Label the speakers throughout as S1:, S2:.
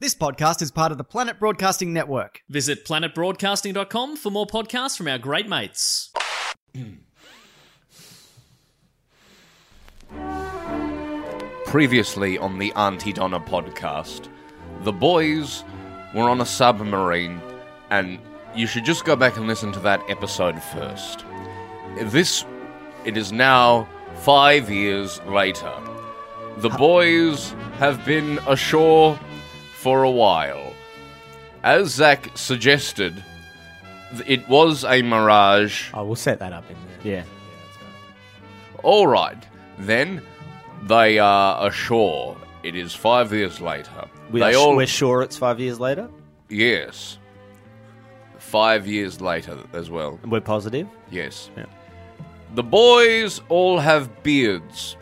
S1: This podcast is part of the Planet Broadcasting Network.
S2: Visit planetbroadcasting.com for more podcasts from our great mates.
S3: Previously on the Auntie Donna podcast, the boys were on a submarine, and you should just go back and listen to that episode first. This, it is now five years later. The boys have been ashore for a while. As Zach suggested, th- it was a mirage.
S4: I will set that up in there.
S5: Yeah.
S3: All right, then they are ashore. It is five years later.
S5: We
S3: they
S5: are,
S3: all
S5: We're sure it's five years later,
S3: yes, five years later as well.
S5: and we're positive.
S3: Yes, the boys all have beards.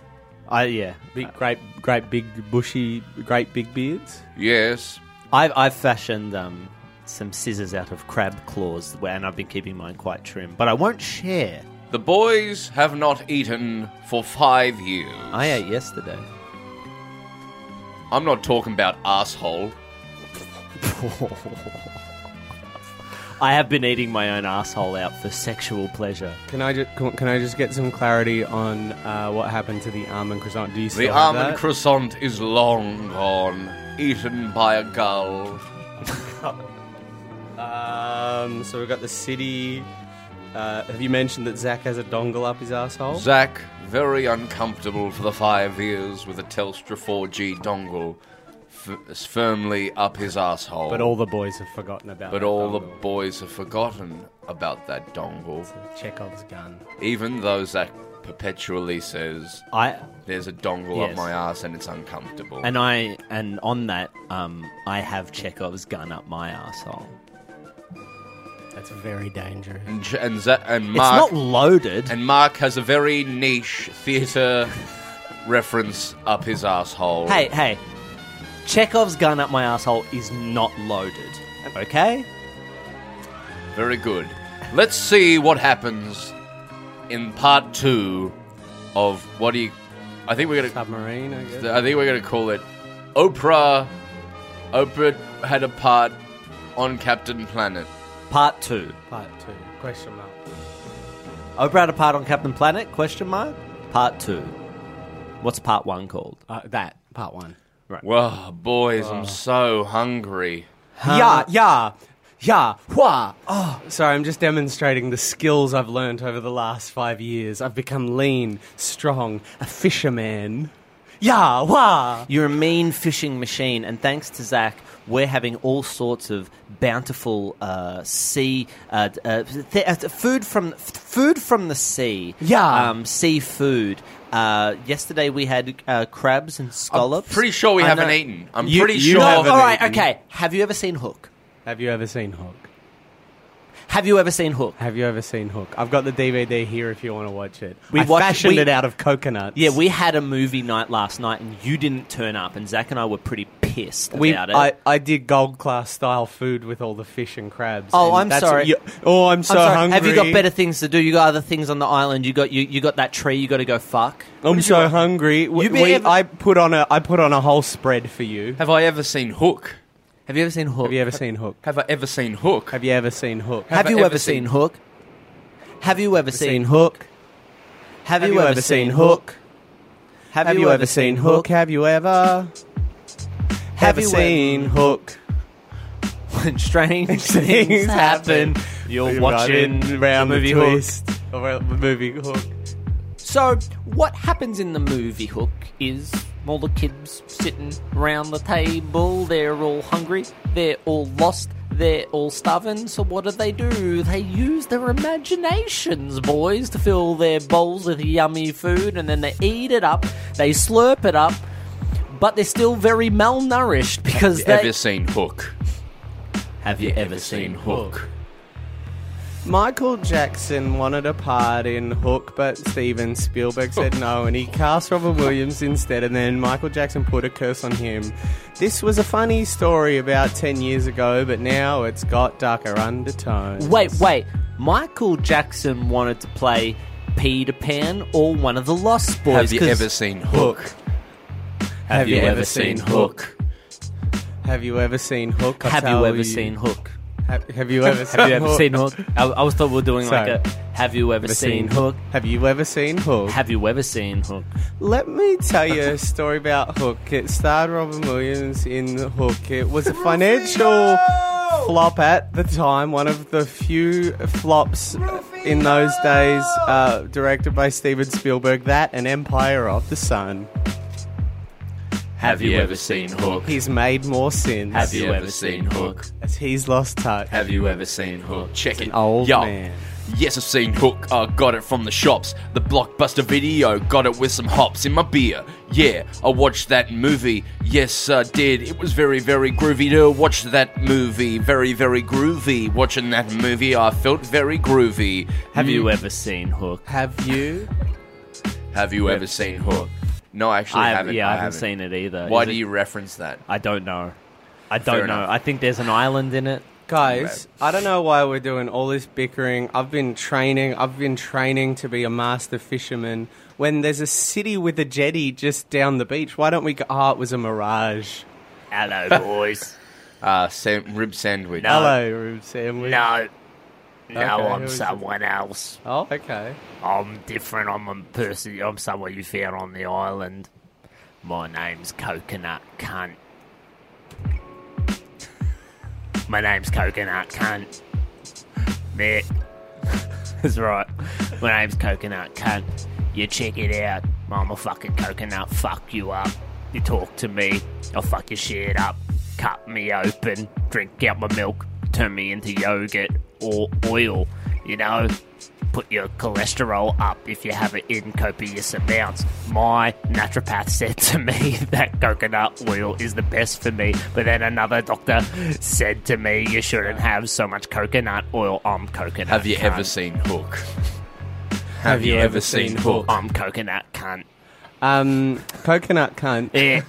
S5: I yeah. Uh,
S4: Big, great, great, big, bushy, great big beards.
S3: Yes,
S5: I've I've fashioned um, some scissors out of crab claws, where- and I've been keeping mine quite trim. But I won't share.
S3: the boys have not eaten for five years.
S5: I ate yesterday.
S3: I'm not talking about asshole.
S5: I have been eating my own asshole out for sexual pleasure.
S4: Can I just can, can I just get some clarity on uh, what happened to the almond croissant? Do you still
S3: The
S4: have
S3: almond
S4: that?
S3: croissant is long gone, eaten by a gull.
S4: Um, so we've got the city. Uh, have you mentioned that Zach has a dongle up his asshole?
S3: Zack, very uncomfortable for the five years with a Telstra 4G dongle f- firmly up his asshole.
S4: but all the boys have forgotten about.
S3: But
S4: that
S3: all the
S4: dongle.
S3: boys have forgotten about that dongle,
S4: Chekhov's gun.
S3: even though Zack perpetually says,
S5: I
S3: There's a dongle up
S5: Yes.
S3: my ass and it's uncomfortable.
S5: and I and on that um, I have Chekhov's gun up my asshole.
S4: That's very dangerous.
S3: and, J- and, Zack and
S5: It's
S3: Mark.
S5: not loaded.
S3: and Mark has a very niche theatre reference up his asshole.
S5: Hey, hey. Chekhov's gun up my asshole is not loaded. Okay?
S3: Very good. Let's see what happens in part two of what do you? I think we're gonna.
S4: Submarine, I guess.
S3: I think we're gonna call it Oprah. Oprah had a part on Captain Planet.
S5: Part two.
S4: Part two. Question mark.
S5: Oprah had a part on Captain Planet? Question mark. Part two. What's part one called?
S4: Uh, that part one.
S3: Whoa, boys, I'm so hungry.
S5: Uh,
S4: Yeah, yeah, yeah. Wah. Oh, sorry. I'm just demonstrating the skills I've learnt over the last five years. I've become lean, strong, a fisherman. Yeah, wah.
S5: You're a mean fishing machine, and thanks to Zach, we're having all sorts of bountiful uh, sea uh, d- uh, th- uh, food from f- food from the sea.
S4: Yeah.
S5: um, seafood. Uh, yesterday we had uh, crabs and scallops.
S3: Pretty sure we
S5: I
S3: haven't
S5: know-
S3: eaten. I'm
S4: You-
S3: pretty
S4: you
S3: sure.
S4: haven't.
S5: All right,
S4: eaten.
S5: okay. Have you ever seen Hook?
S4: Have you ever seen Hook?
S5: Have you ever seen Hook?
S4: Have you ever seen Hook? I've got the DVD here if you want to watch it.
S5: We
S4: I
S5: watched-
S4: fashioned
S5: we-
S4: it out of coconuts.
S5: Yeah, we had a movie night last night, and you didn't turn up, and Zach and I were pretty pissed
S4: We,
S5: about it.
S4: I, I did gold class style food with all the fish and crabs.
S5: Oh,
S4: and
S5: I'm
S4: that's-
S5: sorry.
S4: you- oh, I'm
S5: I'm
S4: so
S5: sorry,
S4: hungry.
S5: Have you got better things to do? You got other things on the island. You got you, you got that tree. You got to go fuck.
S4: I'm so hungry. We,
S5: You be
S4: we-
S5: ever-
S4: I put on a I put on a whole spread for you.
S3: Have I ever seen Hook?
S5: Have you ever seen Hook?
S4: Have you ever seen Hook?
S3: Have I ever seen Hook?
S4: Have you ever seen Hook?
S5: Have
S3: I
S5: you
S3: ever
S5: ever seen
S3: seen-
S5: Hook? Have you ever
S4: seen
S5: seen
S4: Hook?
S5: Have you ever seen Hook?
S4: Have you ever seen Hook? Have you ever?
S5: Have you
S4: seen Hook?
S5: ever- when strange
S4: Things
S5: things happen? You're watching the
S4: round
S5: movie
S4: the
S5: Hook.
S4: twist of a movie Hook.
S5: So, what happens in the movie Hook is all the kids sitting round the table. They're all hungry. They're all lost. They're all starving. So, what do they do? They use their imaginations, boys, to fill their bowls with yummy food and then they eat it up. They slurp it up. But they're still very malnourished because they.
S3: ever seen Hook?
S5: have you ever
S4: Michael Jackson wanted a part in Hook, but Steven Spielberg said no, and he cast Robert Williams instead, and then Michael Jackson put a curse on him. This was a funny story about 10 years ago, but now it's got darker undertones.
S5: Wait, wait. Michael Jackson wanted to play Peter Pan or one of the Lost Boys.
S3: Have you
S5: 'cause-
S3: ever seen Hook?
S4: Have you ever seen Hook? Have you ever seen Hook? I
S5: Have
S4: tell
S5: you ever seen Hook?
S4: Have, have you ever seen
S5: Have you ever
S4: Hook?
S5: seen Hook? I, I was thought we were doing like
S4: Sorry.
S5: a Have you ever seen Hook?
S4: Have you ever seen Hook?
S5: Have you ever seen Hook?
S4: Let me tell you a story about Hook. It starred Robin Williams in Hook. It was a financial flop at the time, one of the few flops in those days, uh, directed by Steven Spielberg. That and Empire of the Sun.
S5: Have you ever seen Hook?
S4: He's made more sins
S5: Have you ever seen Hook?
S4: as he's lost touch.
S3: Have you ever seen Hook? Check it.
S4: old
S3: Yo.
S4: man.
S3: Yes, I've seen Hook. I got it from the shops. The blockbuster video. Got it with some hops in my beer. Yeah, I watched that movie. Yes, I did. It was very, very groovy to watch that movie. Very, very groovy. Watching that movie, I felt very groovy. Hmm.
S5: Have you ever seen Hook?
S4: Have you?
S3: Have you ever seen Hook? No, I actually
S5: I have,
S3: haven't.
S5: yeah, I haven't,
S3: haven't.
S5: seen it either.
S3: Why
S5: Is
S3: do
S5: it-
S3: you reference that?
S5: I don't know. I don't know.
S3: enough.
S5: I think there's an island in it.
S4: Guys, I don't know why we're doing all this bickering. I've been training. I've been training to be a master fisherman. When there's a city with a jetty just down the beach, why don't we go? Ah, it was a mirage.
S5: Hello, boys.
S3: Uh, sam- rib sandwich.
S5: No.
S4: Hello, Rube Sandwich.
S5: no, no,
S4: Okay, who
S5: I'm
S4: is it?
S5: someone else.
S4: Oh, okay.
S5: I'm different. I'm a person. I'm someone you found on the island. My name's Coconut Cunt. My name's Coconut Cunt. Mick. That's right. My name's Coconut Cunt. You check it out. I'm a fucking coconut. Fuck you up. You talk to me. I'll fuck your shit up. Cut me open. Drink out my milk. Turn me into yogurt or oil. You know, put your cholesterol up if you have it in copious amounts. My naturopath said to me that coconut oil is the best for me, but then another doctor said to me you shouldn't have so much coconut oil. I'm coconut.
S3: Have you ever
S5: cunt.
S3: seen Hook?
S4: Have you ever seen Hook?
S5: I'm coconut cunt.
S4: Um, coconut cunt.
S5: Eh.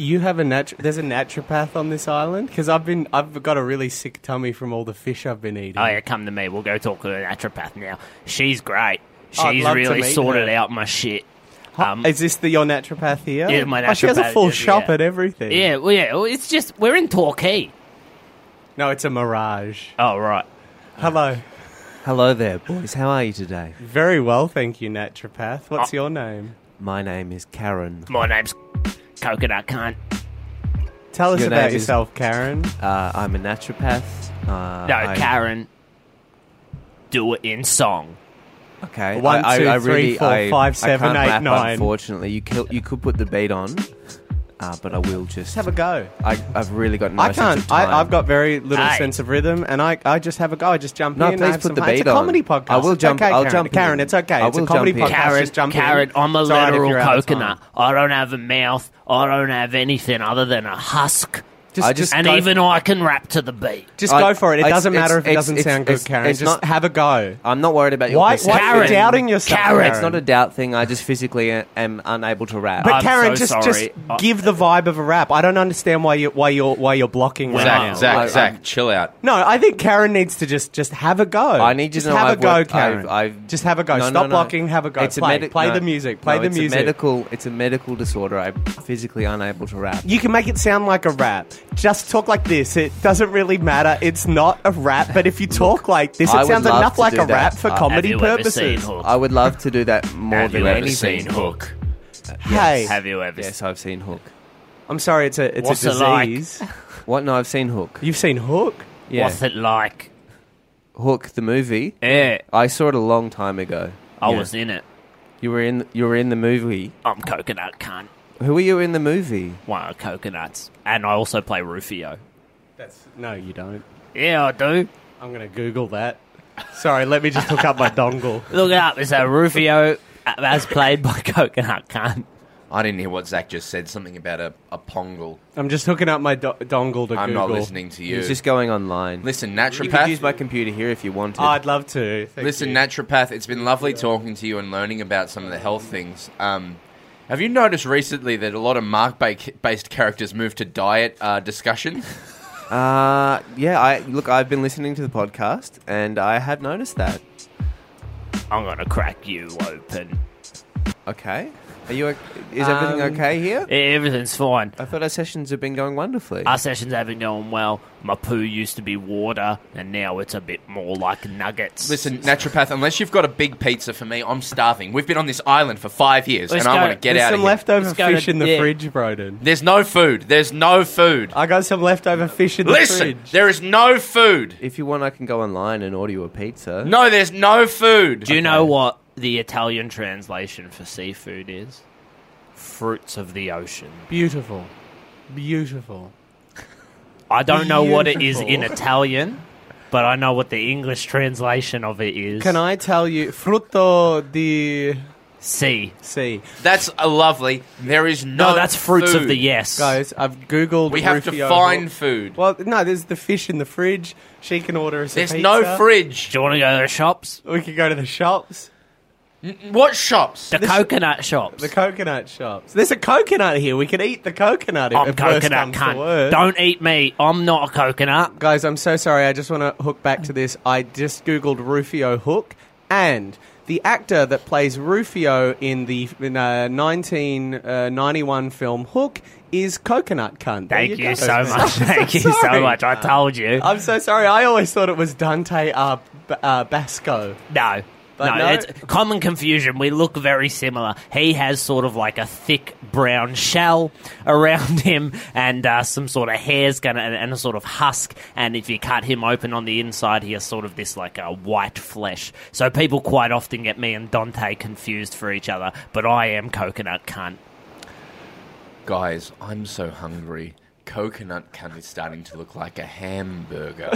S4: You have a natu- There's a naturopath on this island because I've been. I've got a really sick tummy from all the fish I've been eating.
S5: oh yeah, come to me. We'll go talk to a naturopath now. She's great.
S4: I'd
S5: She's
S4: love to
S5: really
S4: meet
S5: sorted
S4: her.
S5: out my shit. Um,
S4: Is this the your naturopath here?
S5: Yeah, my
S4: Oh, she has a
S5: naturopath
S4: full
S5: is,
S4: shop
S5: yeah.
S4: at everything.
S5: yeah, well, yeah. well, It's just we're in Torquay.
S4: No, it's a mirage.
S5: Oh right.
S4: Hello.
S6: Hello there, boys. How are you today?
S4: Very well, thank you, naturopath. What's your name?
S6: My name is Karen.
S5: My name's Coconut Cunt.
S4: Tell us
S6: Your
S4: about
S6: name is-
S4: yourself, Karen.
S6: Uh, I'm a naturopath. Uh,
S5: No,
S4: Oh,
S6: I-
S5: Karen. Do it in song.
S6: Okay.
S4: One,
S6: I, I,
S4: two,
S6: I
S4: three,
S6: really,
S4: four,
S6: I,
S4: five,
S6: I
S4: seven,
S6: can't
S4: eight,
S6: rap,
S4: nine.
S6: Unfortunately, you kill, you could put the beat on, uh, but I will just.
S4: Have a go.
S6: Oh, I, I've really got no
S4: I
S6: sense of
S4: can't.
S6: time.
S4: I, I've got very little
S5: Aye.
S4: sense of rhythm, and I, I just have a go. I just jump
S6: No,
S4: in. I
S6: please
S4: have
S6: put
S4: some
S6: the
S4: fun. It's
S6: beat
S4: a comedy
S6: on.
S4: podcast.
S6: I will
S4: It's
S6: jump-
S4: okay,
S6: I'll
S4: Karen.
S6: jump
S4: Karen,
S6: in.
S4: it's okay.
S6: I
S4: it's a
S6: will
S4: comedy podcast.
S6: jump in.
S5: Karen,
S4: Oh, just jump
S5: Karen,
S4: in.
S5: I'm a
S4: It's all right if
S5: literal
S4: you're out of
S5: coconut. I don't have a mouth. I don't have anything other than a husk.
S6: I just
S5: and
S6: go-
S5: even I can rap to the beat.
S4: Just
S6: I-
S4: go for it. It
S6: it's-
S4: doesn't
S6: it's-
S4: matter if it
S6: it's-
S4: doesn't
S6: it's-
S4: sound good,
S6: it's-
S4: Karen.
S6: it's
S4: just
S6: not-
S4: have a go.
S6: I'm not worried about your
S4: Why? Why are
S6: perception.
S4: you
S5: Karen.
S4: doubting yourself,
S5: Karen.
S6: It's not a doubt thing. I just physically a- am unable to rap.
S4: But
S5: I'm
S4: Karen,
S5: so
S4: just just
S5: sorry. Uh,
S4: give the vibe of a rap. I don't understand why you why you're why you're blocking right
S3: Zach,
S4: now.
S3: Zach,
S6: I-
S3: Zach, chill out.
S4: No, I think Karen needs to just just have a go.
S6: I need you
S4: just
S6: to know
S4: have
S6: I've
S4: a go,
S6: worked-
S4: Karen.
S6: I've- I've-
S4: just have a go.
S6: No, no,
S4: Stop
S6: no.
S4: blocking. Have a go.
S6: It's
S4: play
S6: a medi-
S4: play
S6: no.
S4: the music. Play
S6: No,
S4: the
S6: it's
S4: music.
S6: A medical, it's a medical disorder. I'm physically unable to rap.
S4: You can make it sound like a rap. Just talk like this. It doesn't really matter. It's not a rap. But if you talk like this,
S6: I
S4: it
S6: would
S4: sounds
S6: love
S4: enough
S6: to
S4: like
S6: do
S4: a rap
S6: that.
S4: for
S6: Uh,
S4: comedy
S5: have you Ever
S4: purposes.
S5: seen Hook?
S6: I would love to do that more
S5: have
S6: than
S5: you ever
S6: anything.
S5: seen Hook?
S4: Hey,
S5: Have you ever?
S6: Yes, I've seen Hook.
S4: I'm sorry. It's a it's
S5: What's
S4: a
S5: it like?
S4: disease.
S6: What? No, I've seen Hook.
S4: You've seen Hook.
S6: Yeah.
S5: What's it like?
S6: Hook the movie.
S5: Yeah,
S6: I saw it a long time ago.
S5: I
S6: Yeah.
S5: was in it.
S6: You were in. You were in the movie.
S5: I'm coconut cunt.
S6: Who were you in the movie?
S5: One of coconuts, and I also play Rufio.
S4: That's no, you don't.
S5: Yeah, I do.
S4: I'm gonna Google that. Sorry, let me just hook up my dongle.
S5: Look it up. It's a Rufio as played by coconut cunt.
S3: I didn't hear what Zach just said. Something about a, a pongle.
S4: I'm just hooking up my do- dongle to Google.
S3: I'm not listening to you.
S6: It's just going online.
S3: Listen,
S6: you could
S3: naturopath.
S6: use my computer here if you wanted.
S4: Oh, I'd love to. Thank
S3: listen,
S4: you.
S3: naturopath. It's been lovely talking to you and learning about some of the health things. Um, have you noticed recently that a lot of mark-based characters move to diet uh, discussion?
S6: uh, yeah. I look. I've been listening to the podcast, and I have noticed that.
S5: I'm gonna crack you open.
S6: Okay. Are you? o- Is everything
S4: Um,
S6: okay here?
S5: E-, Everything's fine.
S6: I thought our sessions have been going wonderfully.
S5: Our sessions haven't gone well. My poo used to be water, and now it's a bit more like nuggets.
S3: Listen, naturopath, unless you've got a big pizza for me, I'm starving. We've been on this island for five years,
S5: Let's
S3: and
S5: go.
S3: I want to get
S4: There's
S3: out of
S4: some
S3: here.
S4: leftover
S5: Let's go
S4: fish
S5: to-
S4: in the
S5: yeah.
S4: fridge, Broden.
S3: There's no food. There's no food.
S4: I got some leftover fish in the
S3: Listen,
S4: fridge.
S3: there is no food.
S6: if you want, I can go online and order you a pizza.
S3: No, there's no food.
S5: Do you know what the Italian translation for seafood is? Fruits of the ocean.
S4: Beautiful. Beautiful.
S5: I don't know what it is in
S4: Beautiful.
S5: Italian, but I know what the English translation of it is.
S4: Can I tell you? Frutto di
S5: See.
S4: sea.
S3: That's a lovely. There is no.
S5: No, that's fruits of
S3: food.
S5: the yes.
S4: Guys, I've Googled.
S3: We have to
S4: Rufio
S3: find
S4: Hook.
S3: food.
S4: Well, no, there's the fish in the fridge. She can order us
S3: There's
S4: a pizza.
S3: no fridge.
S5: Do you want to go to the shops?
S4: We could go to the shops.
S3: What shops?
S5: The coconut shops.
S4: The coconut shops. There's a coconut here. We could eat the coconut. if
S5: I'm
S4: if worse
S5: Oh, coconut
S4: comes to
S5: cunt.
S4: worst.
S5: Don't eat me. I'm not a coconut.
S4: Guys, I'm so sorry. I just want to hook back to this. I just googled Rufio Hook, and the actor that plays Rufio in the in, uh, 1991 film Hook is Coconut Cunt. There
S5: Thank you,
S4: go.
S5: so much. Thank you so
S4: sorry.
S5: much. I told you.
S4: I'm so sorry. I always thought it was Dante uh, B- uh, Basco.
S5: No.
S4: But
S5: no,
S4: no-
S5: it's common confusion. We look very similar. He has sort of like a thick brown shell around him, and uh, some sort of hair's gonna, and, and a sort of husk. And if you cut him open on the inside, he has sort of this like a white flesh. So people quite often get me and Dante confused for each other. But I am coconut cunt.
S3: Guys, I'm so hungry. Coconut cunt is starting to look like a hamburger.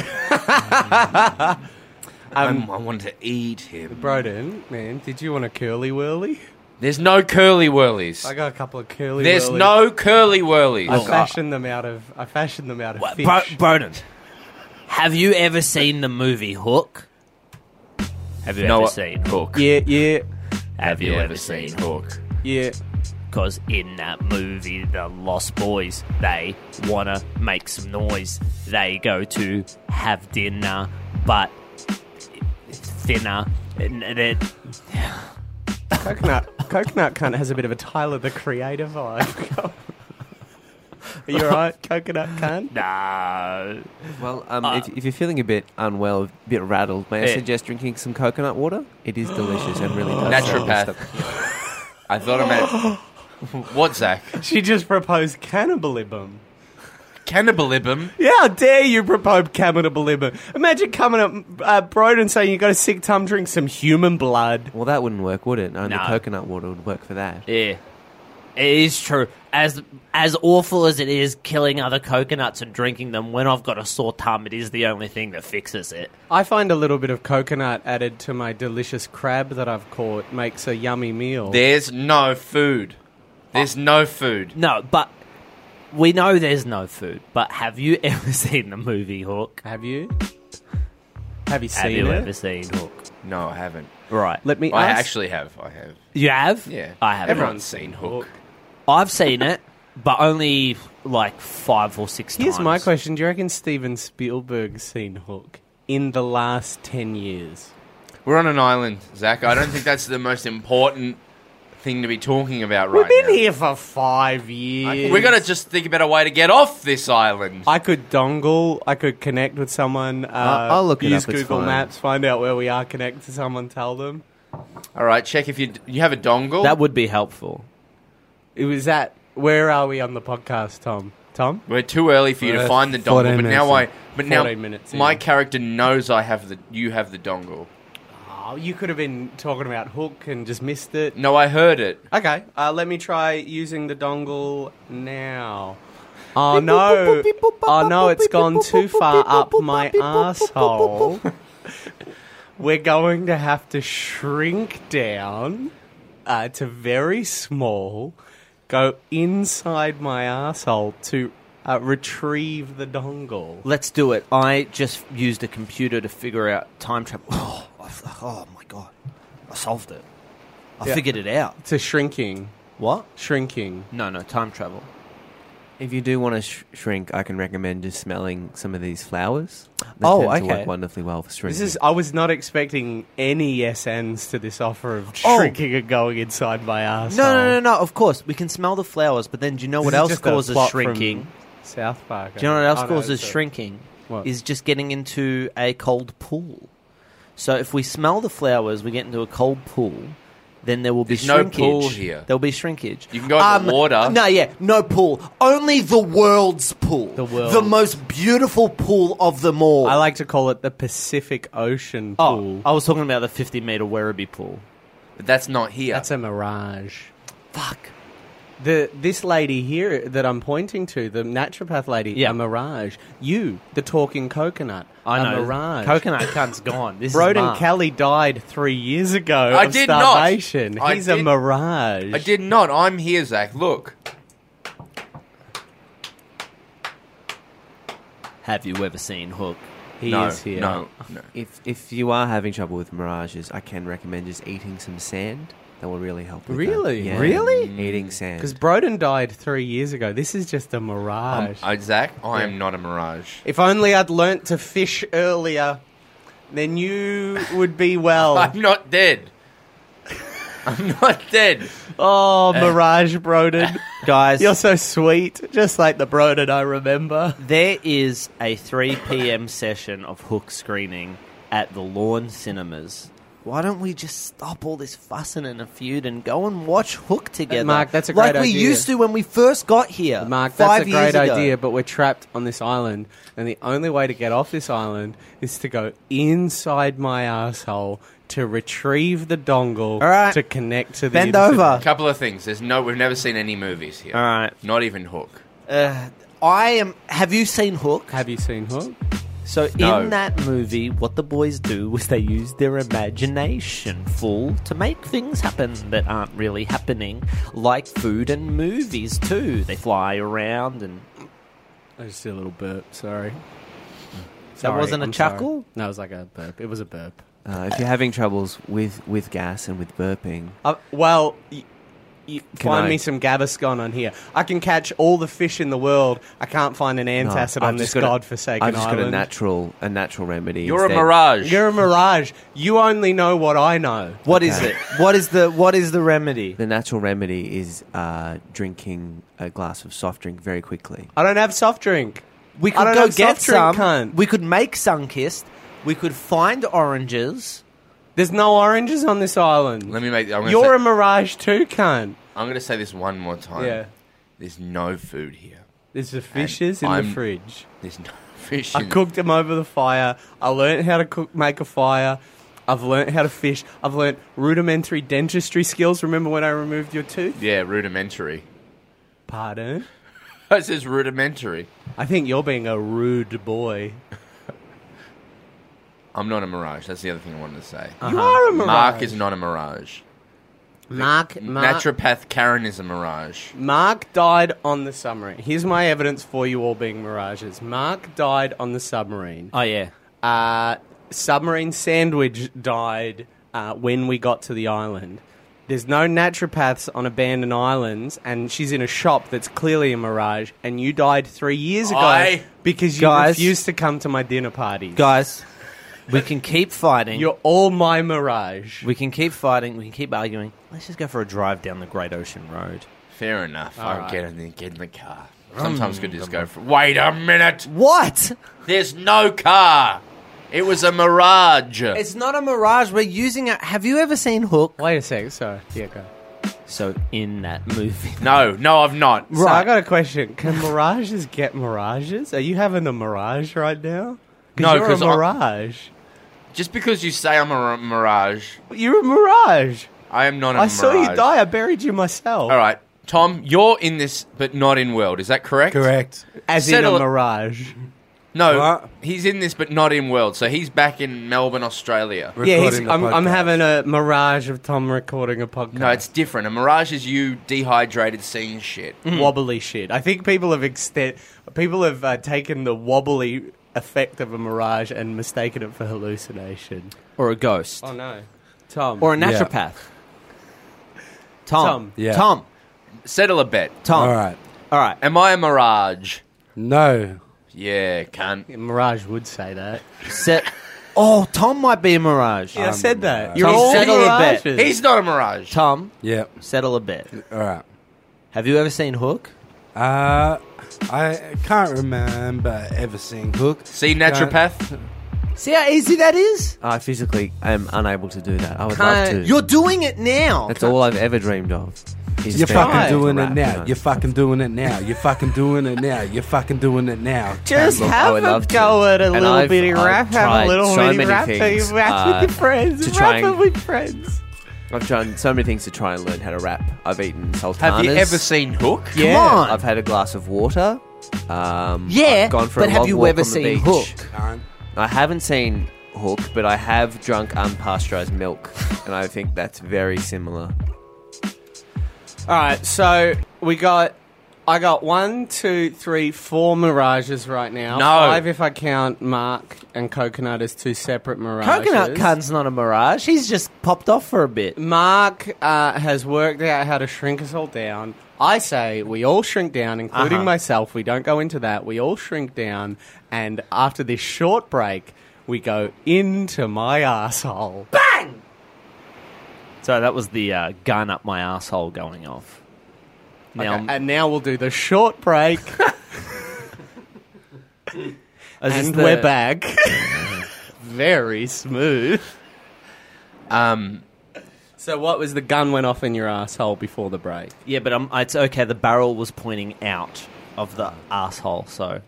S3: Um, I want to eat him.
S4: Broden, man, did you want a curly whirly?
S3: There's no curly
S4: I
S3: whirlies.
S4: got a couple of curly.
S3: There's
S4: whirlies.
S3: no curly
S4: I
S3: whirlies.
S4: fashioned them out of. I fashioned them out of
S5: Well,
S4: fish.
S5: uh, Bro- Broden, have you ever seen the movie Hook? Have you ever seen?
S3: uh, Hook.
S4: yeah, yeah,
S5: Have
S3: Have you ever seen Hook?
S4: yeah.
S5: Because in that movie, the Lost Boys, they want to make some noise. They go to have dinner, but thinner. And it,
S4: Coconut, coconut cunt has a bit of a Tyler the Creator vibe. Are you alright, coconut cunt?
S5: no.
S6: Well, um,
S4: Uh,
S6: if, if you're feeling a bit unwell, a bit rattled, may I
S5: Yeah.
S6: suggest drinking some coconut water? It is delicious and really
S4: Oh,
S6: does solve the
S3: Naturopath.
S6: stuff.
S3: I thought I meant. What, Zach?
S4: She just proposed cannibalism.
S3: Cannibalism?
S4: Yeah, how dare you propose cannibalism? Imagine coming up, uh, Broden, and saying you got a sick tum, drink some human blood.
S6: Well, that wouldn't work, would it? Only
S5: No.
S6: coconut water would work for that.
S5: Yeah. It is true. As as awful as it is killing other coconuts and drinking them, when I've got a sore tum, it is the only thing that fixes it.
S4: I find a little bit of coconut added to my delicious crab that I've caught makes a yummy meal.
S3: There's no food. There's no food.
S5: No, but we know there's no food. But have you ever seen the movie Hook?
S4: Have you? Have you seen
S5: Have you
S4: it?
S5: ever seen Hook?
S3: No, I haven't.
S5: Right.
S4: Let me
S3: I
S4: ask.
S3: actually have. I have.
S5: You have?
S3: Yeah.
S5: I have. not
S3: Everyone's seen Hook.
S5: I've seen it, but only like five or six
S4: Here's
S5: times.
S4: my question: Do you reckon Steven Spielberg's seen Hook in the last ten years?
S3: We're on an island, Zach. I don't think that's the most important thing to be talking about right
S4: We've
S3: now.
S4: been here for five years.
S3: We gotta just think about a way to get off this island.
S4: I could dongle. I could connect with someone. Uh,
S6: I'll- I'll look it
S4: Use
S6: up, it's
S4: Google
S6: fine.
S4: Maps, find out where we are, connect to someone, tell them.
S3: All right, check if you d- you have a dongle.
S5: That would be helpful.
S4: It was at. Where are we on the podcast, Tom? Tom,
S3: We're too early for you to
S4: We're
S3: find the
S4: 14
S3: dongle, but now I
S4: Uh, minutes in.
S3: but now
S4: 14 minutes in.
S3: my character knows I have the you have the dongle.
S4: oh, you could have been talking about Hook and just missed it.
S3: No, I heard it.
S4: Okay, uh, let me try using the dongle now. Oh no! Oh no! It's gone too far up my asshole. We're going to have to shrink down uh, to very small. Go inside my asshole to uh, retrieve the dongle.
S7: Let's do it. I just used a computer to figure out time travel. Oh, I f oh my god. I solved it. I
S4: Yeah.
S7: figured it out.
S4: To shrinking,
S7: What?
S4: shrinking.
S7: No, no, time travel.
S6: If you do want to sh- shrink, I can recommend just smelling some of these flowers. They
S4: Oh,
S6: tend To
S4: okay.
S6: work wonderfully well for shrinking.
S4: This is. I was not expecting any SNs to this offer of
S6: Oh.
S4: shrinking and going inside my ass.
S6: no, no, no, no. Of course, we can smell the flowers, but then do you know what else causes shrinking?
S4: South Park.
S5: Do you know what else
S4: Oh, no,
S5: causes
S4: it's a-
S5: shrinking?
S4: What?
S5: Is just getting into a cold pool. So if we smell the flowers, we get into a cold pool. Then there will be
S3: There's no
S5: shrinkage.
S3: pool here.
S5: There'll be shrinkage. Um,
S3: You can go in the water.
S5: No, yeah, no pool. Only the world's pool. The
S4: world.
S5: the most beautiful pool of them all.
S4: I like to call it the Pacific Ocean
S5: Oh,
S4: pool.
S5: I was talking about the fifty meter Werribee pool.
S3: But that's not here.
S4: That's a mirage.
S5: Fuck.
S4: The this lady here that I'm pointing to, the naturopath lady,
S5: Yeah.
S4: a mirage. You, the talking coconut, a mirage.
S5: Coconut cunt's gone. This is
S4: Broden
S5: Mark.
S4: Kelly died three years ago
S3: I
S4: of
S3: did not.
S4: starvation.
S3: I
S4: He's a
S3: did-
S4: mirage.
S3: I did not. I'm here, Zach. Look.
S5: Have you ever seen Hook?
S4: He
S3: no,
S4: is here.
S3: No, no.
S6: If if you are having trouble with mirages, I can recommend just eating some sand. That will really help. with that.
S4: Really?
S6: Yeah.
S4: Really?
S6: Eating sand.
S4: Because Broden died three years ago. This is just a
S3: I'm,
S4: mirage.
S3: I, Zach, I am not a mirage.
S4: if only I'd learnt to fish earlier, then you would be well.
S3: I'm not dead. I'm not dead.
S4: oh, mirage Broden.
S5: Guys,
S4: You're so sweet, just like the Broden I remember.
S5: There is a 3 p.m. session of Hook screening at the Lawn Cinemas. Why don't we just stop all this fussing and a feud and go and watch Hook together?
S4: Mark, that's a
S5: like
S4: great
S5: we
S4: idea.
S5: used to when we first got here.
S4: Mark, that's
S5: five
S4: a
S5: years
S4: great
S5: ago.
S4: idea, but we're trapped on this island, and the only way to get off this island is to go inside my asshole to retrieve the dongle
S5: right.
S4: to connect to the
S5: Bend
S4: internet.
S5: over.
S3: A couple of things. There's no. We've never seen any movies here.
S5: All right.
S3: Not even Hook.
S5: Uh, I am. Have you seen Hook?
S4: Have you seen Hook?
S5: So
S3: No.
S5: in that movie, what the boys do was they use their imagination full to make things happen that aren't really happening, like food and movies too. They fly around and
S4: I just did a little burp. Sorry.
S5: That wasn't a
S4: sorry.
S5: chuckle?
S4: No, it was like a burp. It was a burp.
S6: uh, if you're having troubles with with gas and with burping,
S4: Uh, well, y- y-
S6: Can
S4: find
S6: I-
S4: me some Gaviscon on here. I can catch all the fish in the world. I can't find an
S6: no,
S4: antacid
S6: Oh, I've
S4: on
S6: just
S4: this
S6: got a-
S4: godforsaken
S6: I've just got a
S4: island.
S6: natural a natural remedy.
S3: You're
S6: instead.
S3: a mirage.
S4: You're a mirage. You only know what I know.
S5: What is it? What is the what is the remedy?
S6: The natural remedy is uh, drinking a glass of soft drink very quickly.
S4: I don't have soft drink.
S5: We
S4: I
S5: could
S4: don't
S5: go
S4: have
S5: get
S4: soft drink,
S5: some.
S4: cunt.
S5: We could make sunkist. We could find oranges.
S4: There's no oranges on this island.
S3: Let me make. I'm gonna
S4: You're
S3: say,
S4: a mirage too, cunt.
S3: I'm going to say this one more time.
S4: Yeah.
S3: There's no food here.
S4: There's the fishes in
S3: I'm-
S4: the fridge.
S3: There's no fish.
S4: I
S3: in-
S4: cooked them over the fire. I learnt how to cook, make a fire. I've learnt how to fish. I've learnt rudimentary dentistry skills. Remember when I removed your tooth?
S3: Yeah, rudimentary.
S4: Pardon?
S3: It says rudimentary.
S4: I think you're being a rude boy.
S3: I'm not a mirage. That's the other thing I wanted to say.
S4: You are a mirage.
S3: Uh-huh. Mark is not a mirage.
S4: Mark,
S3: Naturopath Karen is a mirage.
S4: Mark died on the submarine. Here's my evidence for you all being mirages. Mark died on the submarine.
S5: Oh yeah.
S4: Uh, submarine sandwich died uh, when we got to the island. There's no naturopaths on abandoned islands, and she's in a shop that's clearly a mirage. And you died three years ago
S3: I-
S4: because you
S5: Guys.
S4: refused to come to my dinner party.
S5: Guys, we can keep fighting.
S4: You're all my mirage.
S5: we can keep fighting. We can keep arguing. Let's just go for a drive down the Great Ocean Road.
S3: Fair enough. I'll get, in the, get in the car. Sometimes good just go for. Wait a minute!
S5: What?
S3: There's no car! It was a mirage!
S5: It's not a mirage. We're using it. Have you ever seen Hook?
S4: Wait a sec. Sorry. Yeah, go.
S5: So in that movie,
S3: no, no, I've not.
S4: So I
S5: Right.
S4: got a question. Can mirages get mirages? Are you having a mirage right now?
S3: No,
S4: you're
S3: 'cause
S4: a
S3: I-
S4: mirage.
S3: Just because you say I'm a mir- mirage,
S4: You're a mirage.
S3: I am not a
S4: I
S3: mirage.
S4: saw you die. I buried you myself.
S3: All right, Tom, you're in this, but not in world. Is that correct?
S4: Correct. As
S3: Settle it.
S4: in a mirage.
S3: No,
S4: What?
S3: he's in this, but not in world. So he's back in Melbourne, Australia.
S4: Yeah, he's, I'm, I'm having a mirage of Tom recording a podcast.
S3: No, it's different. A mirage is you dehydrated seeing shit.
S4: wobbly shit. I think people have extend, people have uh, taken the wobbly effect of a mirage and mistaken it for hallucination. Oh,
S5: or a ghost,
S4: no, Tom.
S5: or a naturopath. Tom.
S4: Tom.
S5: Tom.
S3: Settle a bet.
S5: Tom.
S8: All right.
S4: All right.
S3: Am I a mirage?
S4: No.
S3: Yeah, cunt.
S4: Mirage would say that.
S6: Set. Oh, Tom might be a mirage.
S5: Um,
S4: Yeah, I said that. You're
S6: Tom,
S4: all
S6: settle a bet.
S4: mirages.
S3: He's not a mirage.
S6: Tom,
S8: Yep.
S6: settle a bet.
S8: All right.
S6: Have you ever seen Hook?
S8: Uh, I can't remember ever seeing Hook.
S3: See, naturopath.
S9: See how easy that is?
S6: I physically am unable to do that. I would
S4: Can't-
S6: love to.
S9: You're doing it now.
S6: That's all I've ever dreamed of. is
S8: You're
S6: being
S8: fucking
S6: able to
S8: doing it
S6: rap, you
S8: now.
S6: know.
S8: You're fucking doing it now. You're fucking doing it now. You're fucking doing it now.
S4: Just
S6: Look, I
S4: have
S6: would
S4: a
S6: love to.
S4: go at a
S6: And
S4: little
S6: I've-
S4: bitty
S6: I've
S4: rap. Have
S6: tried
S4: a little
S6: so
S4: bitty
S6: many
S4: rap. so you
S6: things,
S4: rap
S6: uh,
S4: with your friends.
S6: to try
S4: Rap it
S6: and-
S4: with friends.
S6: I've tried so many things to try and learn how to rap. I've eaten sultanas.
S3: Have you ever seen Hook?
S6: Yeah.
S9: on.
S6: I've had a glass of water. Um,
S9: Yeah,
S6: I've gone for
S9: but
S6: a
S9: have
S6: long
S9: you
S6: walk
S9: ever
S6: on the
S9: seen
S6: beach.
S9: Hook?
S6: I haven't seen Hook, but I have drunk unpasteurized milk, and I think that's very similar.
S4: All right, so we got. I got one, two, three, four mirages right now.
S3: No.
S4: Five if I count Mark and Coconut as two separate mirages.
S5: Coconut Cun's not a mirage. He's just popped off for a bit.
S4: Mark uh, has worked out how to shrink us all down. I say we all shrink down, including myself. We don't go into that. We all shrink down, and after this short break, we go into my asshole.
S5: So that was the uh, gun up my asshole going off. Now, um,
S4: And now we'll do the short break,
S5: is this
S4: and
S5: the-
S4: we're back. Very smooth.
S3: Um,
S4: So, what was the gun went off in your asshole before the break?
S5: Yeah, but um, it's okay. The barrel was pointing out of the asshole, so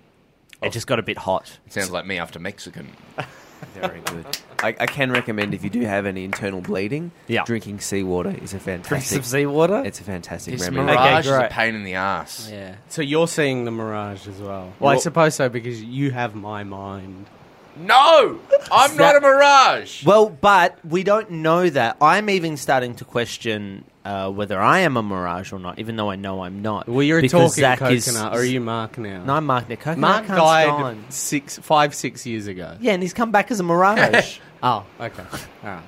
S5: it just got a bit hot.
S3: sounds like me after Mexican.
S6: Very good. I, I can recommend if you do have any internal bleeding,
S5: Yeah.
S6: drinking seawater is a fantastic.
S5: seawater.
S6: It's a fantastic
S3: This
S6: remedy.
S3: mirage is a
S5: great.
S3: pain in the ass.
S5: yeah.
S4: So you're seeing the mirage as well. Well, I
S5: Well-
S4: suppose so because you have my mind.
S3: No, I'm not a mirage.
S5: Well, but we don't know that. I'm even starting to question uh, whether I am a mirage or not, even though I know I'm not.
S4: Well, you're
S5: Because
S4: talking
S5: Zach
S4: coconut,
S5: is-
S4: or are you Mark now?
S5: No, I'm Mark Nick. Coconut
S4: Mark
S5: Cunt's
S4: died
S5: gone.
S4: six, five, six years ago.
S5: Yeah, and he's come back as a mirage.
S4: Oh, okay. All right.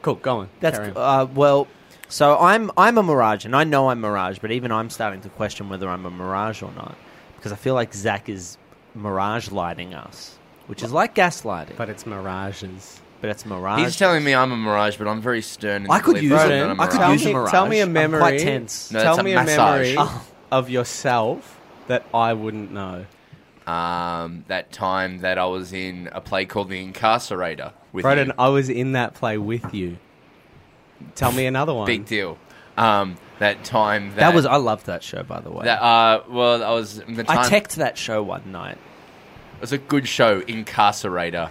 S4: Cool. Go on.
S5: That's
S4: Carry on.
S5: uh, well. So I'm I'm a mirage, and I know I'm mirage, but even I'm starting to question whether I'm a mirage or not because I feel like Zach is mirage lighting us, which is like gaslighting, but,
S4: but it's mirages.
S5: it's mirage.
S3: He's telling me I'm a mirage, but I'm very stern. In
S5: I
S3: the
S5: could
S3: belief
S5: use
S3: that
S5: it.
S3: I'm not a
S5: I could
S3: mirage.
S5: use
S4: me,
S5: a mirage.
S4: Tell me a
S5: I'm
S4: memory.
S5: quite tense.
S3: No,
S4: tell
S3: it's a
S4: me a,
S3: massage. Oh.
S4: memory of yourself that I wouldn't know.
S3: um, that time that I was in a play called The Incarcerator with
S4: Broden,
S3: you.
S4: I was in that play with you. Tell me another one.
S3: Big deal. Um, that time that,
S5: that was I loved that show by the way.
S3: that. Uh, well, I was the time.
S5: I teched that show one night
S3: it was a good show, Incarcerator.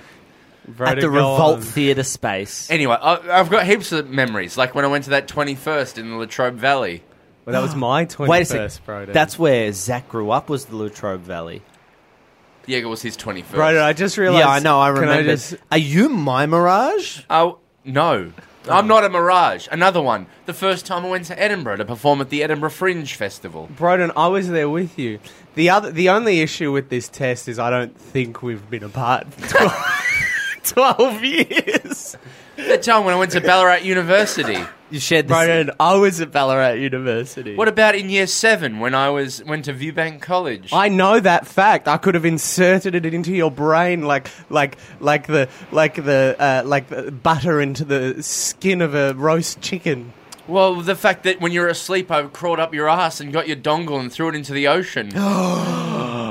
S4: Broden,
S5: at the
S4: go
S5: Revolt
S4: on.
S5: Theatre space.
S3: Anyway, I, I've got heaps of memories, like when I went to that 21st in the Latrobe Valley.
S4: Well, that was my 21st,
S5: Wait a second.
S4: Broden.
S5: That's where Zach grew up. Was the Latrobe Valley?
S3: Yeah, it was his 21st.
S4: Broden, I just realized.
S5: yeah, I know. I
S4: Can
S5: remember.
S4: just-
S5: Are you my mirage?
S3: Oh, no. I'm not a mirage. Another one. The first time I went to Edinburgh to perform at the Edinburgh Fringe Festival.
S4: Broden, I was there with you. The other, the only issue with this test is I don't think we've been apart for 12, 12 years.
S3: That time when I went to Ballarat University.
S5: You shared this.
S4: Broden, I was at Ballarat University.
S3: What about in year seven when I was went to Viewbank College?
S4: I know that fact. I could have inserted it into your brain like, like, like the, like the, uh, like the butter into the skin of a roast chicken.
S3: well, the fact that when you were asleep, I crawled up your ass and got your dongle and threw it into the ocean.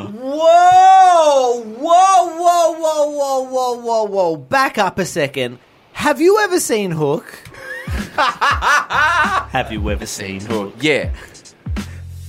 S5: Whoa! Whoa! Whoa! Whoa! Whoa! Whoa! Whoa! Whoa! Back up a second. Have you ever seen Hook? Have you ever seen Hook?
S3: yeah.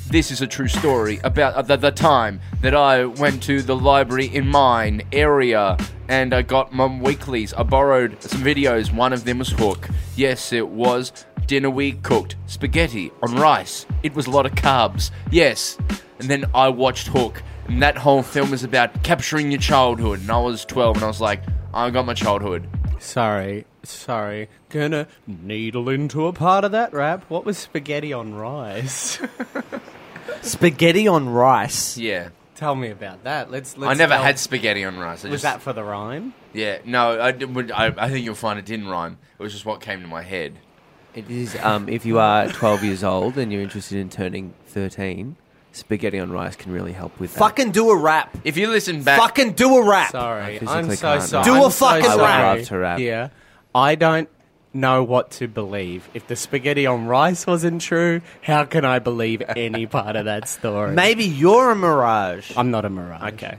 S3: This is a true story about uh, the, the time that I went to the library in mine area and I got my weeklies. I borrowed some videos. One of them was Hook. Yes, it was. Dinner we cooked spaghetti on rice. It was a lot of carbs. Yes. And then I watched Hook. And that whole film is about capturing your childhood. And I was 12 and I was like, I got my childhood.
S4: Sorry, sorry. Gonna needle into a part of that rap. What was spaghetti on rice?
S5: Spaghetti on rice.
S3: Yeah.
S4: Tell me about that. Let's. let's
S3: I never
S4: tell-
S3: had spaghetti on rice. I
S4: Was
S3: just-
S4: that for the rhyme?
S3: Yeah, no, I, d- would- I, I think you'll find it didn't rhyme. It was just what came to my head.
S6: It is um, if you are 12 years old and you're interested in turning 13, spaghetti on rice can really help with that.
S5: Fucking do a rap.
S3: If you listen back,
S5: Fucking do a rap.
S4: Sorry,
S6: I
S4: I'm
S6: physically
S4: so
S6: can't.
S4: sorry.
S5: Do
S4: I'm
S5: a fucking
S4: so
S5: rap.
S4: sorry
S6: I love to rap.
S4: here. I don't know what to believe. If the spaghetti on rice wasn't true, how can I believe any part of that story?
S5: Maybe you're a mirage.
S4: I'm not a mirage.
S5: Okay.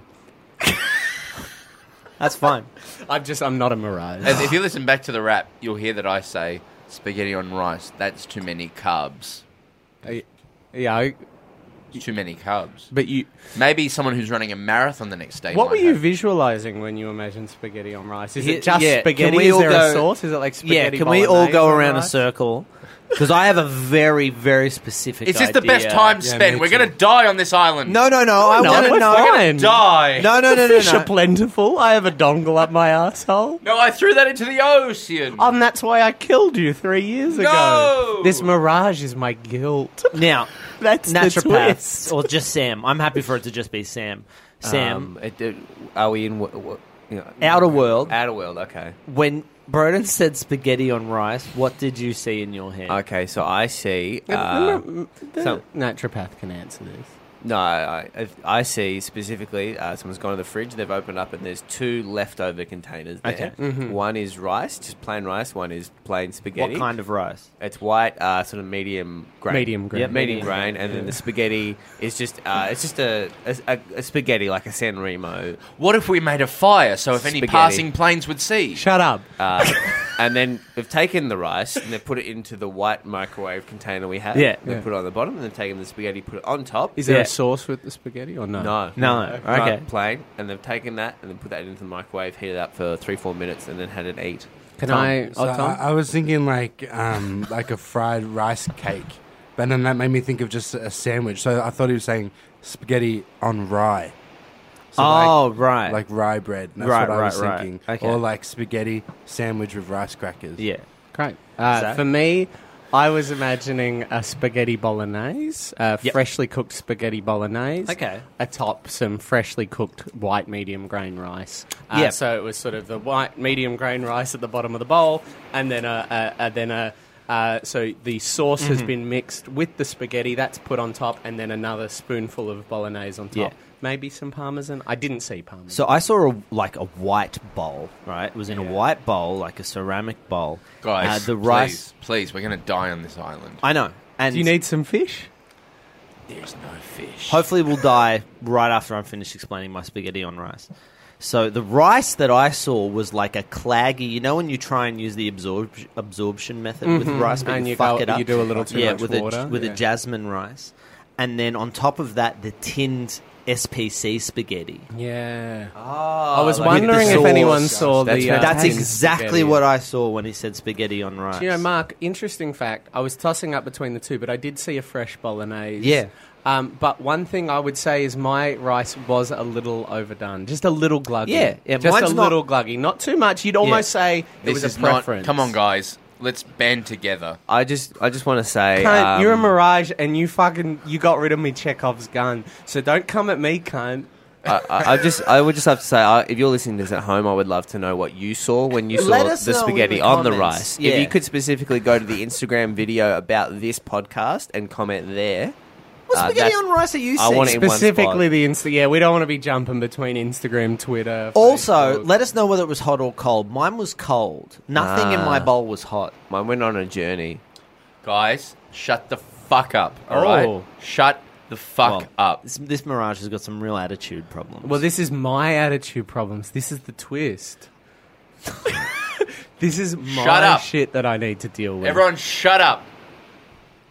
S5: That's fine.
S4: I'm just I'm not a mirage.
S3: if you listen back to the rap, you'll hear that I say spaghetti on rice. That's too many carbs.
S4: Uh, yeah, I-
S3: Too many carbs.
S4: but you.
S3: Maybe someone who's running a marathon the next day.
S4: What
S3: might
S4: were you
S3: have-
S4: visualizing when you imagined spaghetti on rice? Is
S5: Yeah,
S4: it just
S5: yeah. Can
S4: spaghetti?
S5: we
S4: Is
S5: all
S4: there
S5: go-
S4: a sauce? Is it like
S5: Yeah,
S4: spaghetti?
S5: can we all
S4: bolognese
S5: go
S4: on
S5: around a
S4: rice?
S5: circle? Because I have a very, very specific.
S3: Is this the best
S5: idea.
S3: time
S8: Yeah,
S3: spent?
S8: me
S3: We're
S8: too.
S3: gonna die on this island.
S5: No, no, no. I
S4: No,
S5: want
S4: we're
S5: to know.
S4: fine.
S3: die.
S5: No, no, no, no,
S4: Fish are
S5: no.
S4: plentiful. I have a dongle up my asshole.
S3: No, I threw that into the ocean.
S4: And that's why I killed you three years ago.
S3: No!
S4: This mirage is my guilt.
S5: Now,
S4: That's the
S5: naturopaths
S4: twist.
S5: or just Sam. I'm happy for it to just be Sam. Sam,
S6: Um, it- it- are we in what? what you know,
S5: outer world.
S6: Outer world. Okay.
S5: When Broden said spaghetti on rice, what did you see in your head?
S6: Okay. So I see. Uh, so-
S4: naturopath can answer this.
S6: no, I, I- I see specifically. Uh, someone's gone to the fridge. They've opened up, and there's two leftover containers there.
S5: Okay. Mm-hmm.
S6: One is rice, just plain rice. One is plain
S5: what
S6: spaghetti.
S5: kind of rice?
S6: It's white, uh, sort of medium grain.
S4: Medium grain.
S5: Yep,
S6: medium
S5: medium
S6: grain, and then the spaghetti is just uh, it's just a, a, a- a spaghetti like a San Remo,
S3: What if we made a fire so if any
S6: Spaghetti.
S3: passing planes would see?
S4: Shut up.
S6: uh, and then they've taken the rice and they put it into the white microwave container we have.
S5: Yeah.
S6: they
S4: Yeah.
S6: put it on the bottom, and they've taken the spaghetti, put it on top.
S4: Is there
S5: Yeah.
S4: a sauce with the spaghetti or no?
S6: no,
S5: No. Okay.
S6: plain, and they've taken that and then put that into the microwave, heated up for three four minutes, and then had it eat.
S4: Can
S5: Tom.
S4: I?
S8: So
S4: oh, Tom?
S8: I, I was thinking like um, like a fried rice cake, but then that made me think of just a sandwich. So I thought he was saying spaghetti on rye. So
S5: oh right.
S8: like, like rye bread. That's
S5: Right,
S8: what I was
S5: right, right.
S8: thinking.
S5: Okay.
S8: Or like spaghetti sandwich with rice crackers.
S5: yeah.
S4: Great. Uh,
S5: Zach?
S4: for me, I was imagining a spaghetti bolognese, uh,
S5: Yep.
S4: freshly cooked spaghetti bolognese.
S5: Okay.
S4: Atop some freshly cooked white medium grain rice. Uh,
S5: Yep.
S4: So it was sort of the white medium grain rice at the bottom of the bowl, and then a, a, a then a. Uh, so the sauce has
S5: Mm-hmm.
S4: been mixed with the spaghetti that's put on top, and then another spoonful of bolognese on top.
S5: Yeah.
S4: Maybe some parmesan. I didn't see parmesan.
S5: So I saw a, like a white bowl. Right. It was in a white bowl, like a ceramic bowl.
S3: Guys,
S5: Uh, the rice.
S3: Please, please, we're gonna die on this island.
S5: I know. And
S4: Do you need some fish?
S3: There's no fish.
S5: Hopefully, we'll die right after I'm finished explaining my spaghetti on rice. So the rice that I saw was like a claggy. You know when you try and use the absorb- absorption method with rice, but
S4: Mm-hmm. And
S5: you,
S4: you
S5: fuck
S4: go-
S5: it up.
S4: you do a little too
S5: yeah,
S4: much
S5: with
S4: water.
S5: a with
S4: Yeah.
S5: a jasmine rice, and then on top of that the tinned SPC spaghetti.
S4: Yeah.
S6: Oh,
S4: I was
S5: like with the
S4: wondering if
S5: sauce.
S4: anyone saw
S6: That's
S4: the. uh,
S6: fantastic.
S5: That's
S4: tinned
S5: exactly
S4: spaghetti.
S5: what I saw when he said spaghetti on rice.
S4: Do you know, Mark, interesting fact. I was tossing up between the two, but I did see a fresh bolognese.
S5: Yeah.
S4: Um, but one thing I would say is my rice was a little overdone, just a little gluggy.
S5: Yeah, yeah,
S4: just
S5: mine's
S4: a
S5: not-
S4: little gluggy, not too much. You'd almost say it
S3: this
S4: was
S3: is
S4: a preference.
S3: not. Come on, guys, let's band together.
S6: I just I just want to say
S4: Cunt,
S6: um,
S4: you're a mirage, and you fucking you got rid of me Chekhov's gun. So don't come at me, cunt.
S6: I, I, I just I would just have to say I, if you're listening to this at home, I would love to know what you saw when you saw
S5: Let us
S6: the
S5: know in
S6: spaghetti
S5: the
S6: on the
S5: comments.
S6: rice.
S5: Yeah.
S6: If you could specifically go to the Instagram video about this podcast and comment there.
S5: what
S6: uh,
S5: spaghetti
S6: that's-
S5: on rice are you
S6: I
S5: seeing?
S6: want it in one
S4: Specifically,
S6: spot.
S4: the Insta. Yeah, we don't want to be jumping between Instagram, Twitter.
S5: Also,
S4: Facebook.
S5: let us know whether it was hot or cold. Mine was cold. Nothing in
S6: Ah.
S5: my bowl was hot.
S6: Mine went on a journey.
S3: Guys, shut the fuck up. All right,
S4: Oh.
S3: shut the fuck
S5: Well,
S3: up.
S5: This, this Mirage has got some real attitude problems.
S4: Well, this is my attitude problems. This is the twist. this is my
S3: Shut up.
S4: shit that I need to deal with.
S3: Everyone, shut up.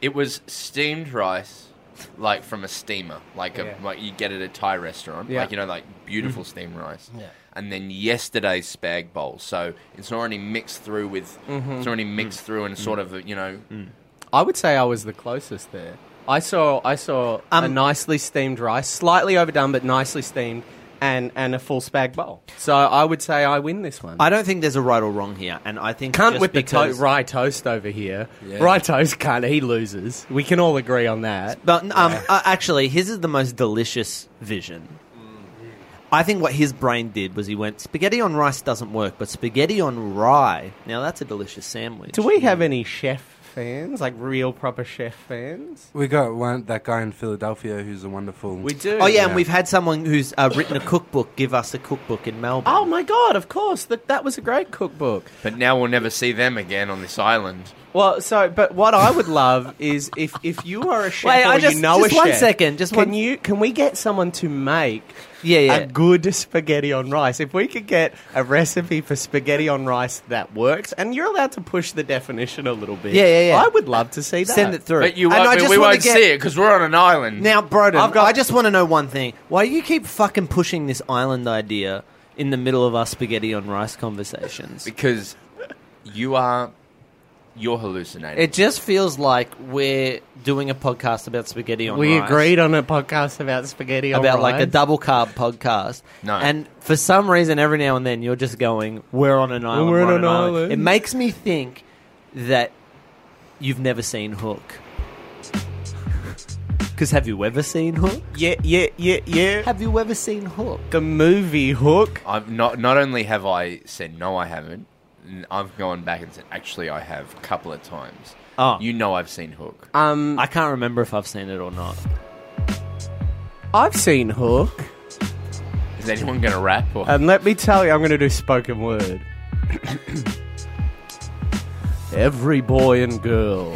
S3: It was steamed rice, like from a steamer, like a
S4: Yeah.
S3: like you get at a Thai restaurant,
S4: Yeah.
S3: like you know, like
S5: Mm-hmm.
S3: beautiful steamed rice. And then yesterday's spag bowl, so it's already mixed through with,
S5: Mm-hmm.
S3: it's already mixed
S5: Mm.
S3: through and sort of you know,
S4: I would say I was the closest there. I saw I saw a
S5: Um,
S4: nicely steamed rice, slightly overdone but nicely steamed, and and a full spag bowl. So I would say I win this one.
S5: I don't think there's a right or wrong here, and I think
S4: Cunt
S5: just
S4: with
S5: because,
S4: the to- rye toast over here. Rye toast cunt, he loses. We can all agree on that.
S5: But um, uh, actually, his is the most delicious vision.
S4: Mm-hmm.
S5: I think what his brain did was he went spaghetti on rice doesn't work, but spaghetti on rye. Now that's a delicious sandwich.
S4: Do we have any chef fans, like real proper chef fans.
S8: We got one that guy in Philadelphia who's a wonderful.
S4: We do.
S5: Oh yeah, and
S8: Yeah.
S5: we've had someone who's uh, written a cookbook give us a cookbook in Melbourne.
S4: Oh my god! Of course, that that was a great cookbook.
S3: But now we'll never see them again on this island.
S4: Well, so but what I would love is if if you are a chef
S5: Wait,
S4: or
S5: I just-
S4: you know
S5: just
S4: a
S5: one
S4: chef,
S5: second, just
S4: can
S5: one-
S4: you can we get someone to make
S5: yeah, yeah.
S4: a good spaghetti on rice? If we could get a recipe for spaghetti on rice that works, and you're allowed to push the definition a little bit,
S5: Yeah, yeah, yeah.
S4: I would love to see that.
S5: Send it through.
S3: But you
S5: And
S3: won't,
S5: I
S3: but
S5: just
S3: we
S5: wanna
S3: won't
S5: get-
S3: see it because we're on an island.
S5: Now, Broden,
S4: I've got-
S5: I just want to know one thing. Why do you keep fucking pushing this island idea in the middle of our spaghetti on rice conversations?
S3: because you are you're hallucinating.
S5: It just feels like we're doing a podcast about spaghetti on
S4: We
S5: rice.
S4: agreed on a podcast about spaghetti on
S5: About like a
S4: rice.
S5: double carb podcast.
S3: No.
S5: And for some reason, every now and then, you're just going, we're on an island.
S4: We're on
S5: on
S4: an island.
S5: It makes me think that you've never seen Hook. Because have you ever seen Hook?
S4: yeah, yeah, yeah, yeah.
S5: Have you ever seen Hook?
S4: The movie Hook.
S3: I've not not only have I said no, I haven't. n- I've gone back and said actually I have a couple of times.
S5: Oh.
S3: You know I've seen Hook.
S4: Um,
S5: I can't remember if I've seen it or not.
S4: I've seen Hook,
S3: Is anyone going to rap?
S5: Uh,
S3: Or?
S4: and let me tell you, I'm going to do spoken word. Every boy and girl,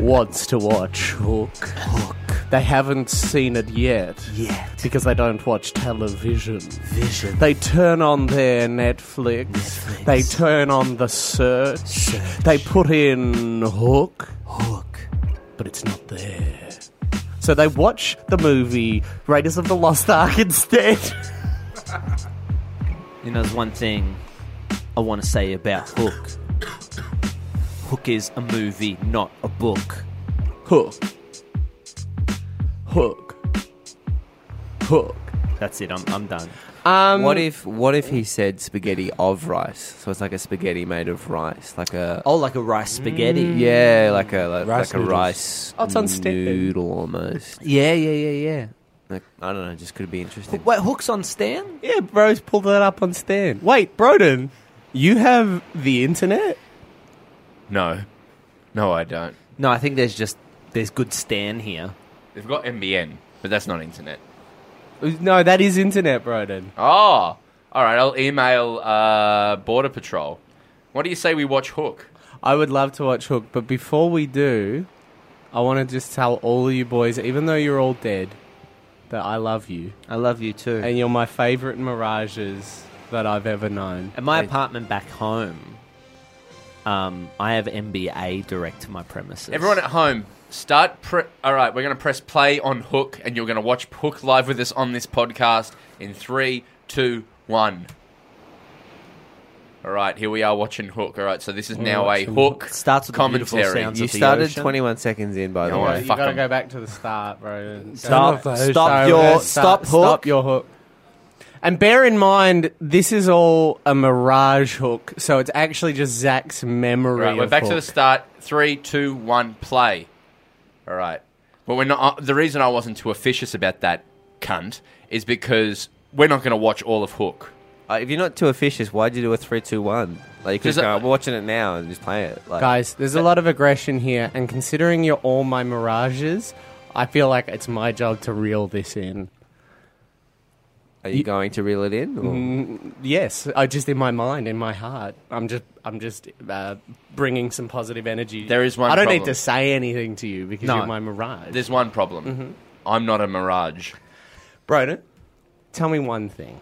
S4: wants to watch Hook. Hook. They haven't seen it yet. Yet. Because they don't watch television. Vision. They turn on their Netflix. They turn on the search. They put in Hook. Hook. But it's not there. So they watch the movie Raiders of the Lost Ark instead.
S5: You know, there's one thing I want to say about Hook. Hook is a movie, not a book.
S4: Hook. Hook. Hook.
S5: That's it. I'm, I'm done.
S4: Um,
S6: what if what if he said spaghetti of rice? So it's like a spaghetti made of rice, like a
S5: Oh, like a rice spaghetti.
S6: yeah, like a like,
S8: Rice
S6: like a
S8: noodles.
S6: rice
S4: Oh, it's on stick.
S6: noodle almost.
S5: Yeah, yeah, yeah, yeah.
S6: Like I don't know, just could be interesting.
S5: Wait, Hook's on Stan?
S4: Yeah, bro's pulled that up on Stan. Wait, Broden, you have the internet?
S3: no, no, I don't.
S5: No, I think there's just there's good Stan here.
S3: They've got MBN, but that's not internet.
S4: No, that is internet, Broden.
S3: Oh, all right. I'll email uh, Border Patrol. What do you say we watch Hook?
S4: I would love to watch Hook, but before we do, I want to just tell all of you boys, even though you're all dead, that I love you.
S5: I love you too.
S4: And you're my favourite mirages that I've ever known.
S5: At my apartment back home, um, I have MBA direct to my premises.
S3: Everyone at home, start. Pre- All right, we're going to press play on Hook, and you're going to watch Hook live with us on this podcast in three, two, one. All right, here we are watching Hook. All right, so this is now a Hook
S5: Starts with the beautiful
S3: commentary.
S5: sounds
S6: You
S5: of the
S6: started
S5: ocean.
S6: 21 seconds in, by the
S3: No,
S6: way.
S3: I-
S4: you
S3: fuck
S4: gotta
S3: 'em.
S4: go back to the start, Broden.
S5: Stop,
S8: Stop
S5: stop
S4: So
S5: your
S4: let's
S5: stop,
S4: start-
S5: Hook.
S4: Stop your hook. And bear in mind, this is all a mirage hook, so it's actually just Zach's memory.
S3: All right, we're
S4: of
S3: back to the
S4: hook.
S3: start. Three, two, one, play. All right, but we're not. Uh, the reason I wasn't too officious about that cunt is because we're not going to watch all of Hook.
S6: Uh, if you're not too officious, why'd you do a three, two, one? Like, you could
S3: Just
S6: just go,
S3: a-
S6: I'm watching it now and just play it. Like,
S4: Guys, there's a lot of aggression here, and considering you're all my mirages, I feel like it's my job to reel this in.
S6: are you going to reel it in? Or?
S4: Yes, I just in my mind, in my heart, I'm just, I'm just uh, bringing some positive energy.
S3: There is one
S4: I don't need
S3: problem.
S4: to say anything to you because
S3: No.
S4: you're my mirage.
S3: There's one problem. I'm not a mirage.
S4: Broden, tell me one thing.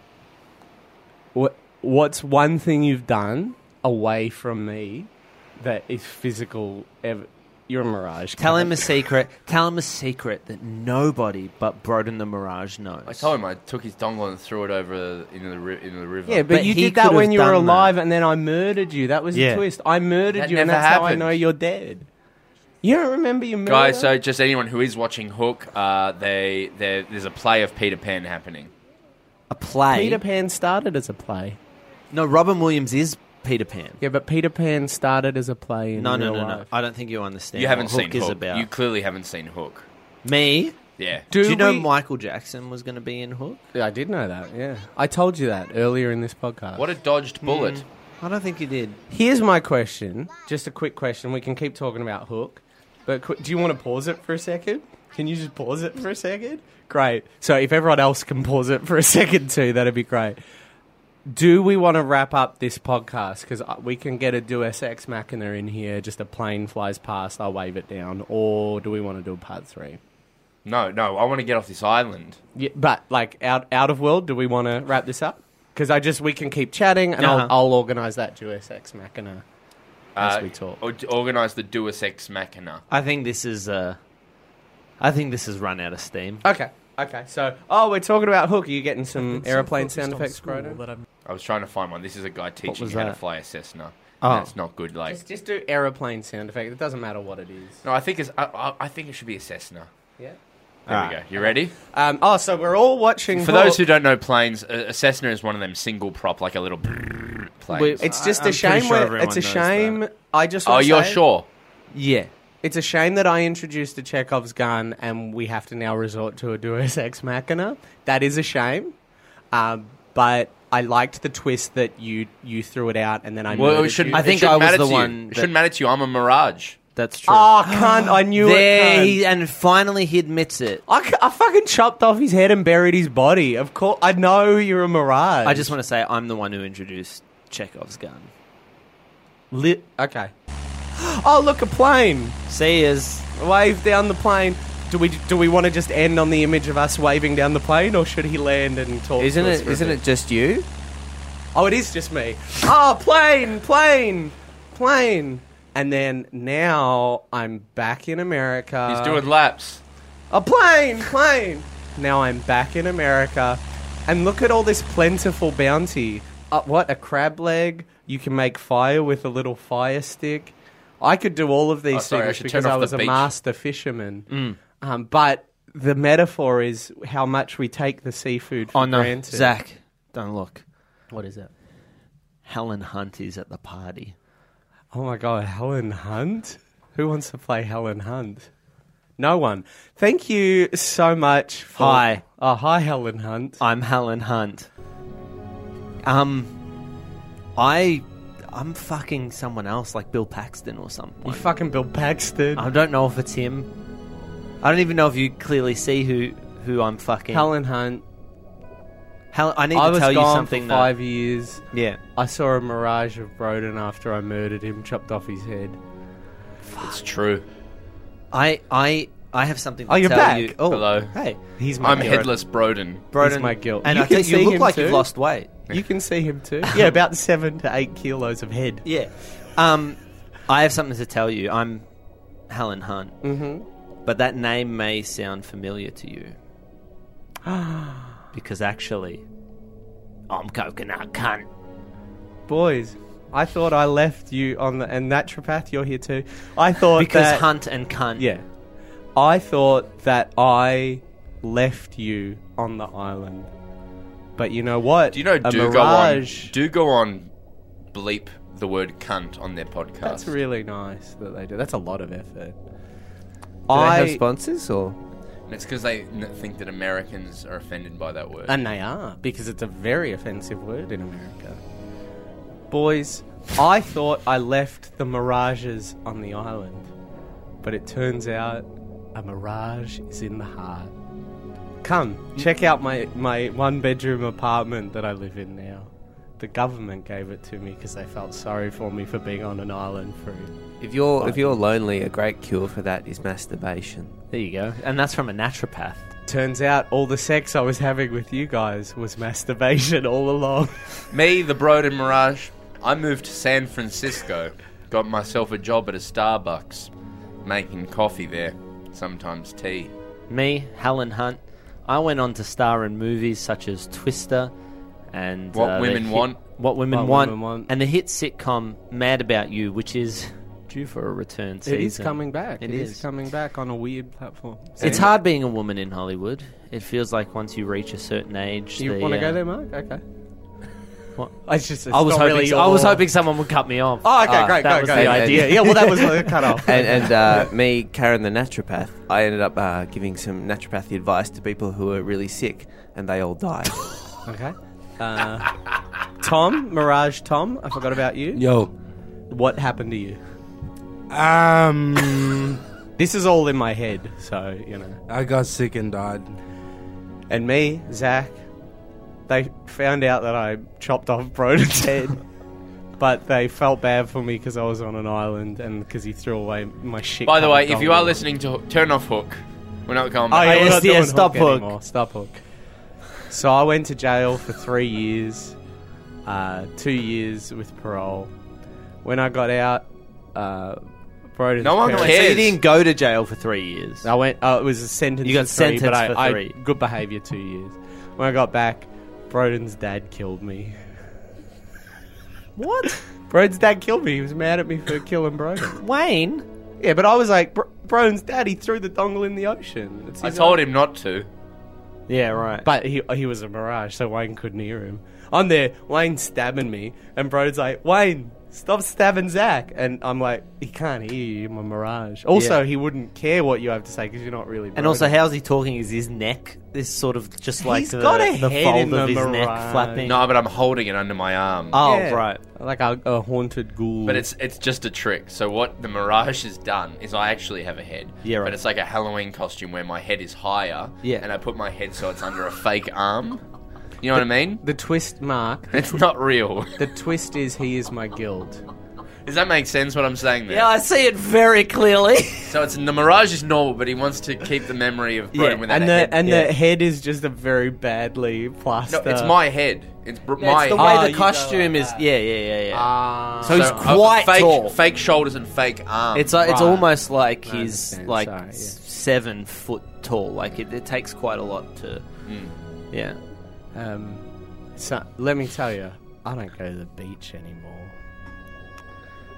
S4: What what's one thing you've done away from me that is physical? Ev- You're a mirage.
S5: Tell
S4: cunt.
S5: him a secret. Tell him a secret that nobody but Broden the Mirage knows.
S3: I told him I took his dongle and threw it over into the ri- into the river.
S4: Yeah, but,
S5: But
S4: you
S5: he
S4: did that
S5: could've
S4: when you were
S5: done that.
S4: alive, and then I murdered you. That was
S5: Yeah.
S4: the twist. I murdered
S3: That
S4: you, and
S3: never
S4: that's how I
S3: happened.
S4: know you're dead. You don't remember your murder,
S3: guys. So just anyone who is watching Hook, uh, they there there's a play of Peter Pan happening.
S5: a play.
S4: Peter Pan started as a play.
S5: No, Robin Williams is Peter Pan.
S4: Yeah, but Peter Pan started as a play. In
S5: No, no,
S4: real
S5: no, no.
S4: life.
S5: I don't think you understand.
S3: You haven't
S5: what
S3: seen
S5: Hook is
S3: Hook.
S5: about.
S3: You clearly haven't seen Hook.
S5: Me?
S3: Yeah.
S5: Do, you know
S4: we-
S5: Michael Jackson was going to be in Hook?
S4: Yeah, I did know that. Yeah, I told you that earlier in this podcast.
S5: Mm.
S3: What a dodged bullet.
S5: I don't think you did.
S4: Here's my question. Just a quick question. We can keep talking about Hook, but qu- do you want to pause it for a second? Can you just pause it for a second? Great. So if everyone else can pause it for a second too, that'd be great. Do we want to wrap up this podcast? Because we can get a Deus Ex Machina in here. Just a plane flies past, I'll wave it down. Or do we want to do a part three?
S3: No, no, I want to get off this island.
S4: Yeah, but like out out of world, do we want to wrap this up? Because I just we can keep chatting, and
S5: Uh-huh.
S4: I'll, I'll organise that Deus Ex Machina as
S3: Uh,
S4: we talk.
S3: or- organize the Deus Ex Machina.
S5: I think this is. Uh, I think this has run out of steam.
S4: Okay. Okay. So, oh, we're talking about Hook. Are you getting some airplane sound effects, Broden?
S2: But I'm
S3: I was trying to find one. This is a guy teaching
S5: was
S3: how to
S5: that?
S3: fly a Cessna.
S5: Oh.
S3: That's not good. Like,
S4: Just, just do airplane sound effect. It doesn't matter what it is.
S3: no, I think it's. I, I, I think it should be a Cessna.
S4: Yeah.
S3: There we go. You ready?
S4: Um, oh, so we're all watching.
S3: For
S4: Hook.
S3: those who don't know planes, uh, a, a Cessna is one of them single prop, like a little brrrr planes.
S5: Wait,
S4: it's
S5: I-
S4: just a
S5: I'm pretty
S4: shame.
S5: sure
S4: we're-
S5: everyone
S4: it's a
S5: knows
S4: shame. I just.
S3: oh,
S4: wanna
S3: you're
S4: say-
S3: sure?
S5: Yeah.
S4: It's a shame that I introduced the Chekhov's gun, and we have to now resort to a Deus Ex Machina. That is a shame. Um, but I liked the twist that you you threw it out, and then I.
S3: Mm. Well,
S4: murdered
S3: it shouldn't.
S4: you.
S5: I
S3: it
S5: think
S3: shouldn't
S5: I was
S3: matter
S5: the
S3: to you.
S5: one
S3: It
S5: that-
S3: shouldn't matter to you. I'm a mirage.
S5: That's true.
S4: Oh, cunt! I knew it.
S5: there
S4: cunt.
S5: he and finally he admits it.
S4: I, c- I fucking chopped off his head and buried his body. Of course, I know you're a mirage.
S5: I just want to say I'm the one who introduced Chekhov's gun. Lit.
S4: okay. Oh, look, a plane!
S5: See is
S4: Wave down the plane. Do we do we want to just end on the image of us waving down the plane, or should he land and talk?
S6: Isn't
S4: to us
S6: it?
S4: for a
S6: Isn't
S4: bit?
S6: it just you?
S4: Oh, it is just me. Oh, plane, plane, plane. And then now I'm back in America.
S3: He's doing laps.
S4: A plane, plane. Now I'm back in America, and look at all this plentiful bounty. Uh, what a crab leg! You can make fire with a little fire stick. I could do all of these
S3: Oh, sorry, I
S4: things
S3: should
S4: because
S3: turn off
S4: I
S3: the
S4: was a
S3: beach. Mm.
S4: master fisherman. Um, but the metaphor is how much we take the seafood for
S5: oh no,
S4: granted.
S5: Zach, don't look.
S4: What is it?
S5: Helen Hunt is at the party.
S4: Oh my god, Helen Hunt? Who wants to play Helen Hunt? No one. Thank you so much. For...
S5: Hi.
S4: Oh, hi, Helen Hunt.
S5: I'm Helen Hunt. Um, I, I'm fucking someone else, like Bill Paxton or
S4: You
S5: something.
S4: fucking Bill Paxton.
S5: I don't know if it's him. I don't even know if you clearly see who who I'm fucking.
S4: Helen Hunt.
S5: Hel- I need
S4: I
S5: to
S4: was
S5: tell you
S4: gone
S5: something.
S4: for
S5: though.
S4: five years.
S5: Yeah.
S4: I saw a mirage of Broden after I murdered him, chopped off his head.
S3: It's true.
S5: I I I have something. To
S4: Oh, you're
S5: tell
S4: back.
S5: You. Oh,
S3: Hello.
S5: Hey,
S4: He's my
S3: I'm
S4: hero.
S3: headless Broden.
S5: Broden.
S4: my guilt.
S5: And
S4: You
S5: I
S4: can
S5: think
S4: see
S5: you look
S4: him
S5: like
S4: too.
S5: you've lost weight.
S4: You can see him too. Yeah, about seven to eight kilos of head.
S5: Yeah. Um, I have something to tell you. I'm Helen Hunt. Mm-hmm. But that name may sound familiar to you. because actually,
S10: I'm coconut cunt.
S4: Boys, I thought I left you on the and that Trapath, you're here too. I thought
S5: because
S4: that,
S5: Hunt and cunt.
S4: Yeah. I thought that I left you on the island. But you know what?
S3: Do you know?
S4: a
S3: Do go on.
S4: mirage.
S3: Do go on. Bleep the word cunt on their podcast.
S4: That's really nice that they do. That's a lot of effort.
S6: Do they
S4: I
S6: have sponsors or?
S3: And it's because they n- think that Americans are offended by that word.
S4: and they are because it's a very offensive word in America. Boys, I thought I left the mirages on the island, but it turns out a mirage is in the heart. Come, check out my, my one bedroom apartment that I live in now. The government gave it to me because they felt sorry for me for being on an island for.
S6: If you're if you're lonely, a great cure for that is masturbation.
S5: There you go. And that's from a naturopath.
S4: Turns out all the sex I was having with you guys was masturbation all along.
S3: Me, the Broden Mirage, I moved to San Francisco, got myself a job at a Starbucks, making coffee there, sometimes tea.
S5: Me, Helen Hunt. I went on to star in movies such as Twister and
S3: What
S5: uh, the
S3: Women
S5: hit-
S3: Want.
S5: What women,
S4: What
S5: want,
S4: Women Want.
S5: and the hit sitcom Mad About You, which is due for a return season.
S4: It is coming back.
S5: It
S4: it is.
S5: is.
S4: coming back on a weird platform.
S5: It's hard being a woman in Hollywood. It feels like once you reach a certain age,
S4: You
S5: the,
S4: want to
S5: uh,
S4: go there, Mark? Okay.
S5: What?
S4: I just.
S5: I was hoping I was hoping someone would cut me off.
S4: Oh, okay,
S6: Ah,
S4: great,
S5: that
S4: great,
S5: was
S4: great.
S5: the
S6: idea.
S4: Yeah, well, that was the cut off.
S6: And and uh, me, Karen the naturopath, I ended up uh, giving some naturopathy advice to people who were really sick, and they all died.
S4: okay. Uh, Tom, Mirage Tom, I forgot about you.
S8: Yo.
S4: What happened to you?
S8: Um,
S4: This is all in my head, so, you know.
S8: I got sick and died.
S4: And me, Zach, they found out that I chopped off Broden's head. But they felt bad for me because I was on an island and because he threw away my shit.
S3: By the way,
S4: covered
S3: if you are
S4: dongle.
S3: listening to Hook- Turn Off Hook, we're not going
S4: Oh,
S3: back.
S4: yeah, we're not
S5: ISDS
S4: doing
S5: stop hook.
S4: anymore. Stop hook. So I went to jail for three years, uh, two years with parole. When I got out, uh, Broden.
S3: No one
S5: So
S3: cares.
S5: you didn't go to jail for three years.
S4: I went. Oh, it was a sentence.
S5: You got
S4: of three, but
S5: sentenced
S4: I,
S5: for
S4: I-
S5: three.
S4: good behaviour, two years. When I got back, Broden's dad killed me.
S5: What?
S4: Broden's dad killed me. He was mad at me for killing Broden.
S5: Wayne?
S4: yeah, but I was like, Bro- Broden's dad. He threw the dongle in the ocean. It's
S3: I
S4: his
S3: told him not to.
S5: Yeah, right.
S4: But he he was a mirage, so Wayne couldn't hear him. I'm there, Wayne's stabbing me, and Brode's like, Wayne, stop stabbing Zach. And I'm like, he can't hear you, I'm a mirage. Also,
S5: Yeah.
S4: he wouldn't care what you have to say because you're not really.
S5: and
S4: Brode.
S5: also, how's he talking? Is his neck is sort of just like
S4: He's
S5: the,
S4: got a
S5: the
S4: head
S5: fold
S4: in
S5: of
S4: the
S5: his neck
S4: mirage.
S5: flapping?
S3: No, but I'm holding it under my arm.
S5: Oh,
S4: Yeah.
S5: right.
S4: like a, a haunted ghoul.
S3: But it's it's just a trick. So what the Mirage has done is I actually have a head.
S5: Yeah, right.
S3: But it's like a Halloween costume where my head is higher.
S5: Yeah.
S3: And I put my head so it's under a fake arm. You know what I mean?
S4: the twist, Mark.
S3: It's not real.
S4: The twist is he is my guild.
S3: Does that make sense what I'm saying there?
S11: Yeah, I see it very clearly.
S3: So it's the Mirage is normal, but he wants to keep the memory of Broden without
S4: and
S3: a
S4: the
S3: head.
S4: and
S5: yeah.
S4: the head is just a very badly
S3: no,
S4: plastered.
S3: it's my head. It's br- my
S11: it's the
S4: Ah,
S5: Oh,
S11: way
S4: you
S11: the
S4: go
S11: costume
S4: like
S11: is.
S5: that.
S11: Yeah, yeah, yeah, yeah.
S4: Ah.
S5: So he's
S3: So, uh,
S5: quite
S3: fake,
S5: tall.
S3: Fake shoulders and fake arms.
S5: It's uh, it's
S4: Right.
S5: almost like
S4: I
S5: he's
S4: understand.
S5: like
S4: Sorry, yeah.
S5: s- seven foot tall. Like it, it takes quite a lot to.
S4: Hmm.
S5: Yeah.
S4: Um, so let me tell you, I don't go to the beach anymore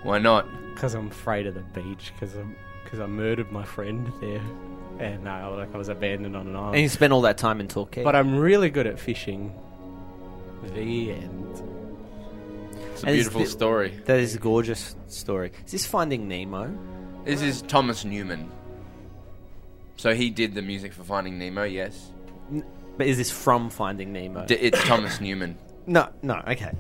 S3: Why not?
S4: because I'm afraid of the beach because I'm because I murdered my friend there, and uh, like I was abandoned on an
S5: And you
S4: island.
S5: spend all that time in Torquay.
S4: But I'm really good at fishing. The end.
S3: It's a
S5: And it's
S3: beautiful
S5: the-
S3: story.
S5: that is a gorgeous story. Is this Finding Nemo?
S3: This is Thomas Newman. So he did the music for Finding Nemo, yes.
S5: But is this from Finding Nemo?
S3: D- it's Thomas Newman.
S5: no, no. Okay.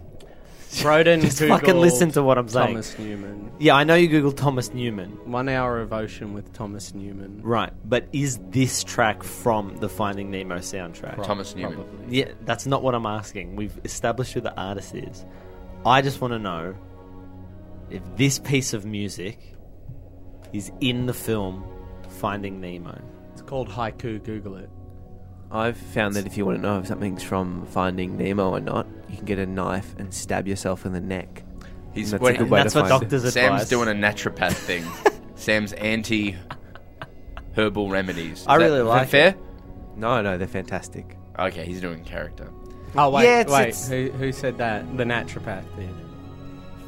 S4: Broden
S5: Just fucking
S4: Googled
S5: listen to what I'm saying.
S4: Thomas Newman.
S5: Yeah, I know you googled Thomas Newman.
S4: One hour of ocean with Thomas Newman.
S5: Right, but is this track from the Finding Nemo soundtrack?
S3: Thomas Newman.
S5: Yeah, that's not what I'm asking. We've established who the artist is. I just want to know if this piece of music is in the film Finding Nemo.
S4: It's called haiku. Google it.
S6: I've found that if you want to know if something's from Finding Nemo or not, you can get a knife and stab yourself in the neck.
S3: He's
S6: That's a
S3: wait,
S6: good way to
S5: That's what
S6: find it.
S5: doctors
S3: Sam's
S5: advise.
S3: doing a naturopath thing. Sam's anti herbal remedies. Is
S5: I really
S3: that,
S5: like
S3: is that
S6: No, no, they're fantastic.
S3: fair? Okay, he's doing character.
S4: Oh wait,
S5: Yeah, it's-
S4: wait.
S5: it's-
S4: Who, who said that? The naturopath did.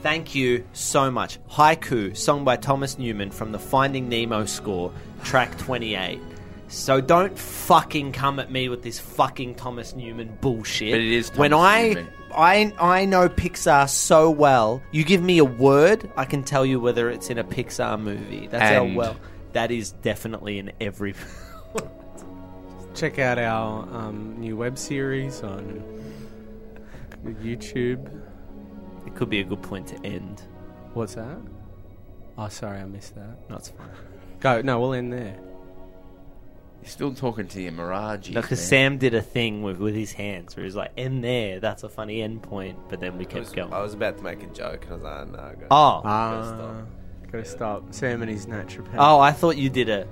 S5: Thank you so much. Haiku, sung by Thomas Newman from the Finding Nemo score, track 28. So don't fucking come at me with this fucking Thomas Newman bullshit.
S3: But it is Thomas
S5: when I
S3: Newman.
S5: I I know Pixar so well. You give me a word, I can tell you whether it's in a Pixar movie. That's
S3: And-
S5: how well. That is definitely in every.
S4: Check out our um, new web series on YouTube.
S5: it could be a good point to end.
S4: What's that? Oh, sorry, I missed that.
S5: That's fine.
S4: Go. No, we'll end there.
S3: He's still talking to you, Mirage.
S5: No, because Sam did a thing with, with his hands where he was like, end there, that's a funny end point, but then we kept going.
S6: about to make a joke and I was like, no, I
S5: Oh.
S4: Ah, gotta stop. Sam and his naturopath.
S5: oh, I thought you did a.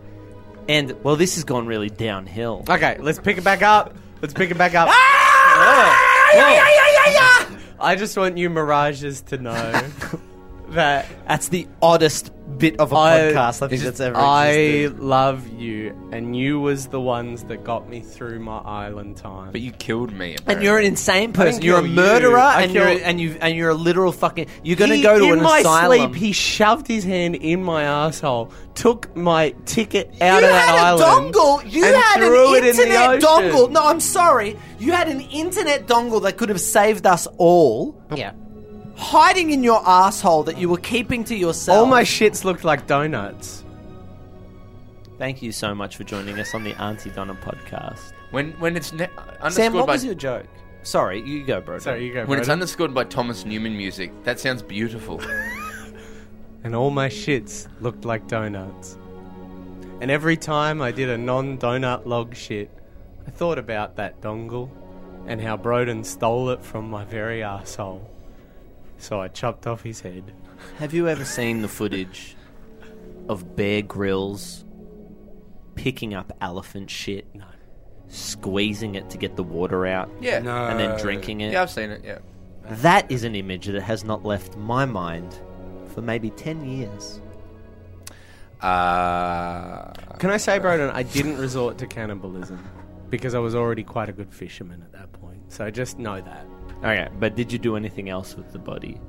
S5: And, well, this has gone really downhill.
S4: Oh, Okay, let's pick it back up. Let's pick it back up. Whoa. I just want you mirages to know that
S5: That's the oddest bit of a
S4: I-
S5: podcast I think
S4: It's
S5: that's
S4: just-
S5: ever
S4: I
S5: existed.
S4: love you, and you was the ones that got me through my island time.
S3: But you killed me. Apparently.
S5: and you're an insane person. You're a
S4: kill you.
S5: murderer,
S4: I
S5: and you're
S4: killed-
S5: and you and you're a literal fucking. You're gonna
S4: He-
S5: go to
S4: in
S5: an
S4: my
S5: asylum.
S4: sleep. He shoved his hand in my asshole, took my ticket out
S5: you
S4: of that
S5: had
S4: island.
S5: a dongle. You
S4: and
S5: had
S4: threw
S5: an
S4: it in the
S5: internet
S4: ocean.
S5: dongle. No, I'm sorry. You had an internet dongle that could have saved us all.
S4: Yeah.
S5: Hiding in your asshole that you were keeping to yourself.
S4: All my shits looked like donuts.
S5: Thank you so much for joining us on the Auntie Donna podcast.
S3: when when it's ne- underscored
S5: Sam, what
S3: by
S5: was your joke? Sorry, you go, bro.
S4: Sorry, you go.
S3: When it's
S4: Broden.
S3: underscored by Thomas Newman music, that sounds beautiful.
S4: and all my shits looked like donuts. And every time I did a non donut log shit, I thought about that dongle and how Broden stole it from my very arsehole. So I chopped off his head.
S5: Have you ever seen the footage of Bear Grylls picking up elephant shit, squeezing it to get the water out,
S3: Yeah.
S8: No.
S5: and then drinking it?
S3: Yeah, I've seen it, yeah.
S5: That is an image that has not left my mind for maybe 10 years.
S3: Uh,
S4: Can I say, Broden, I didn't resort to cannibalism because I was already quite a good fisherman at that point. So just know that.
S5: Okay, but did you do anything else with the body?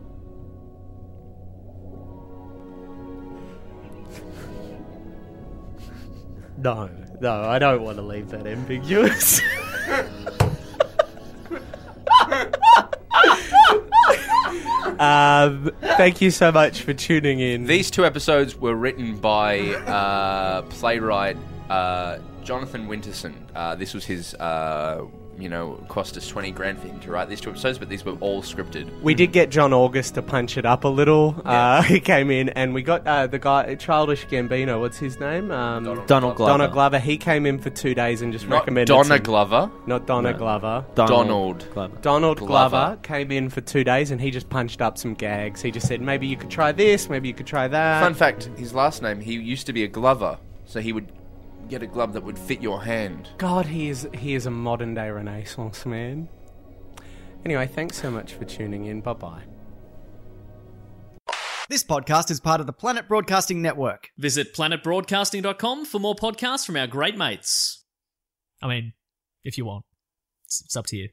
S4: No, no, I don't want to leave that ambiguous. um, thank you so much for tuning in.
S3: these two episodes were written by uh, playwright uh, Jonathan Winterson. Uh, this was his, uh, you know, cost us 20 grand for him to write these two episodes, but these were all scripted.
S4: we did get John August to punch it up a little. Uh, he came in, and we got uh, the guy, Childish Gambino. What's his name? Um, Donald,
S5: Donald Glover.
S4: Glover. He came in for two days and just
S3: Not
S4: recommended
S3: Donna
S4: some-
S3: Glover.
S4: not Donna Glover.
S3: Donald.
S5: Glover.
S4: Donald
S3: Glover.
S4: Glover. came in for two days and he just punched up some gags. He just said, maybe you could try this, maybe you could try that.
S3: Fun fact his last name, he used to be a glover, so he would get a glove that would fit your hand.
S4: God, he is he is a modern day Renaissance man. Anyway, thanks so much for tuning in. Bye bye.
S1: This podcast is part of the Planet Broadcasting Network.
S2: Visit planetbroadcasting.com for more podcasts from our great mates. I mean, if you want, it's, it's up to you.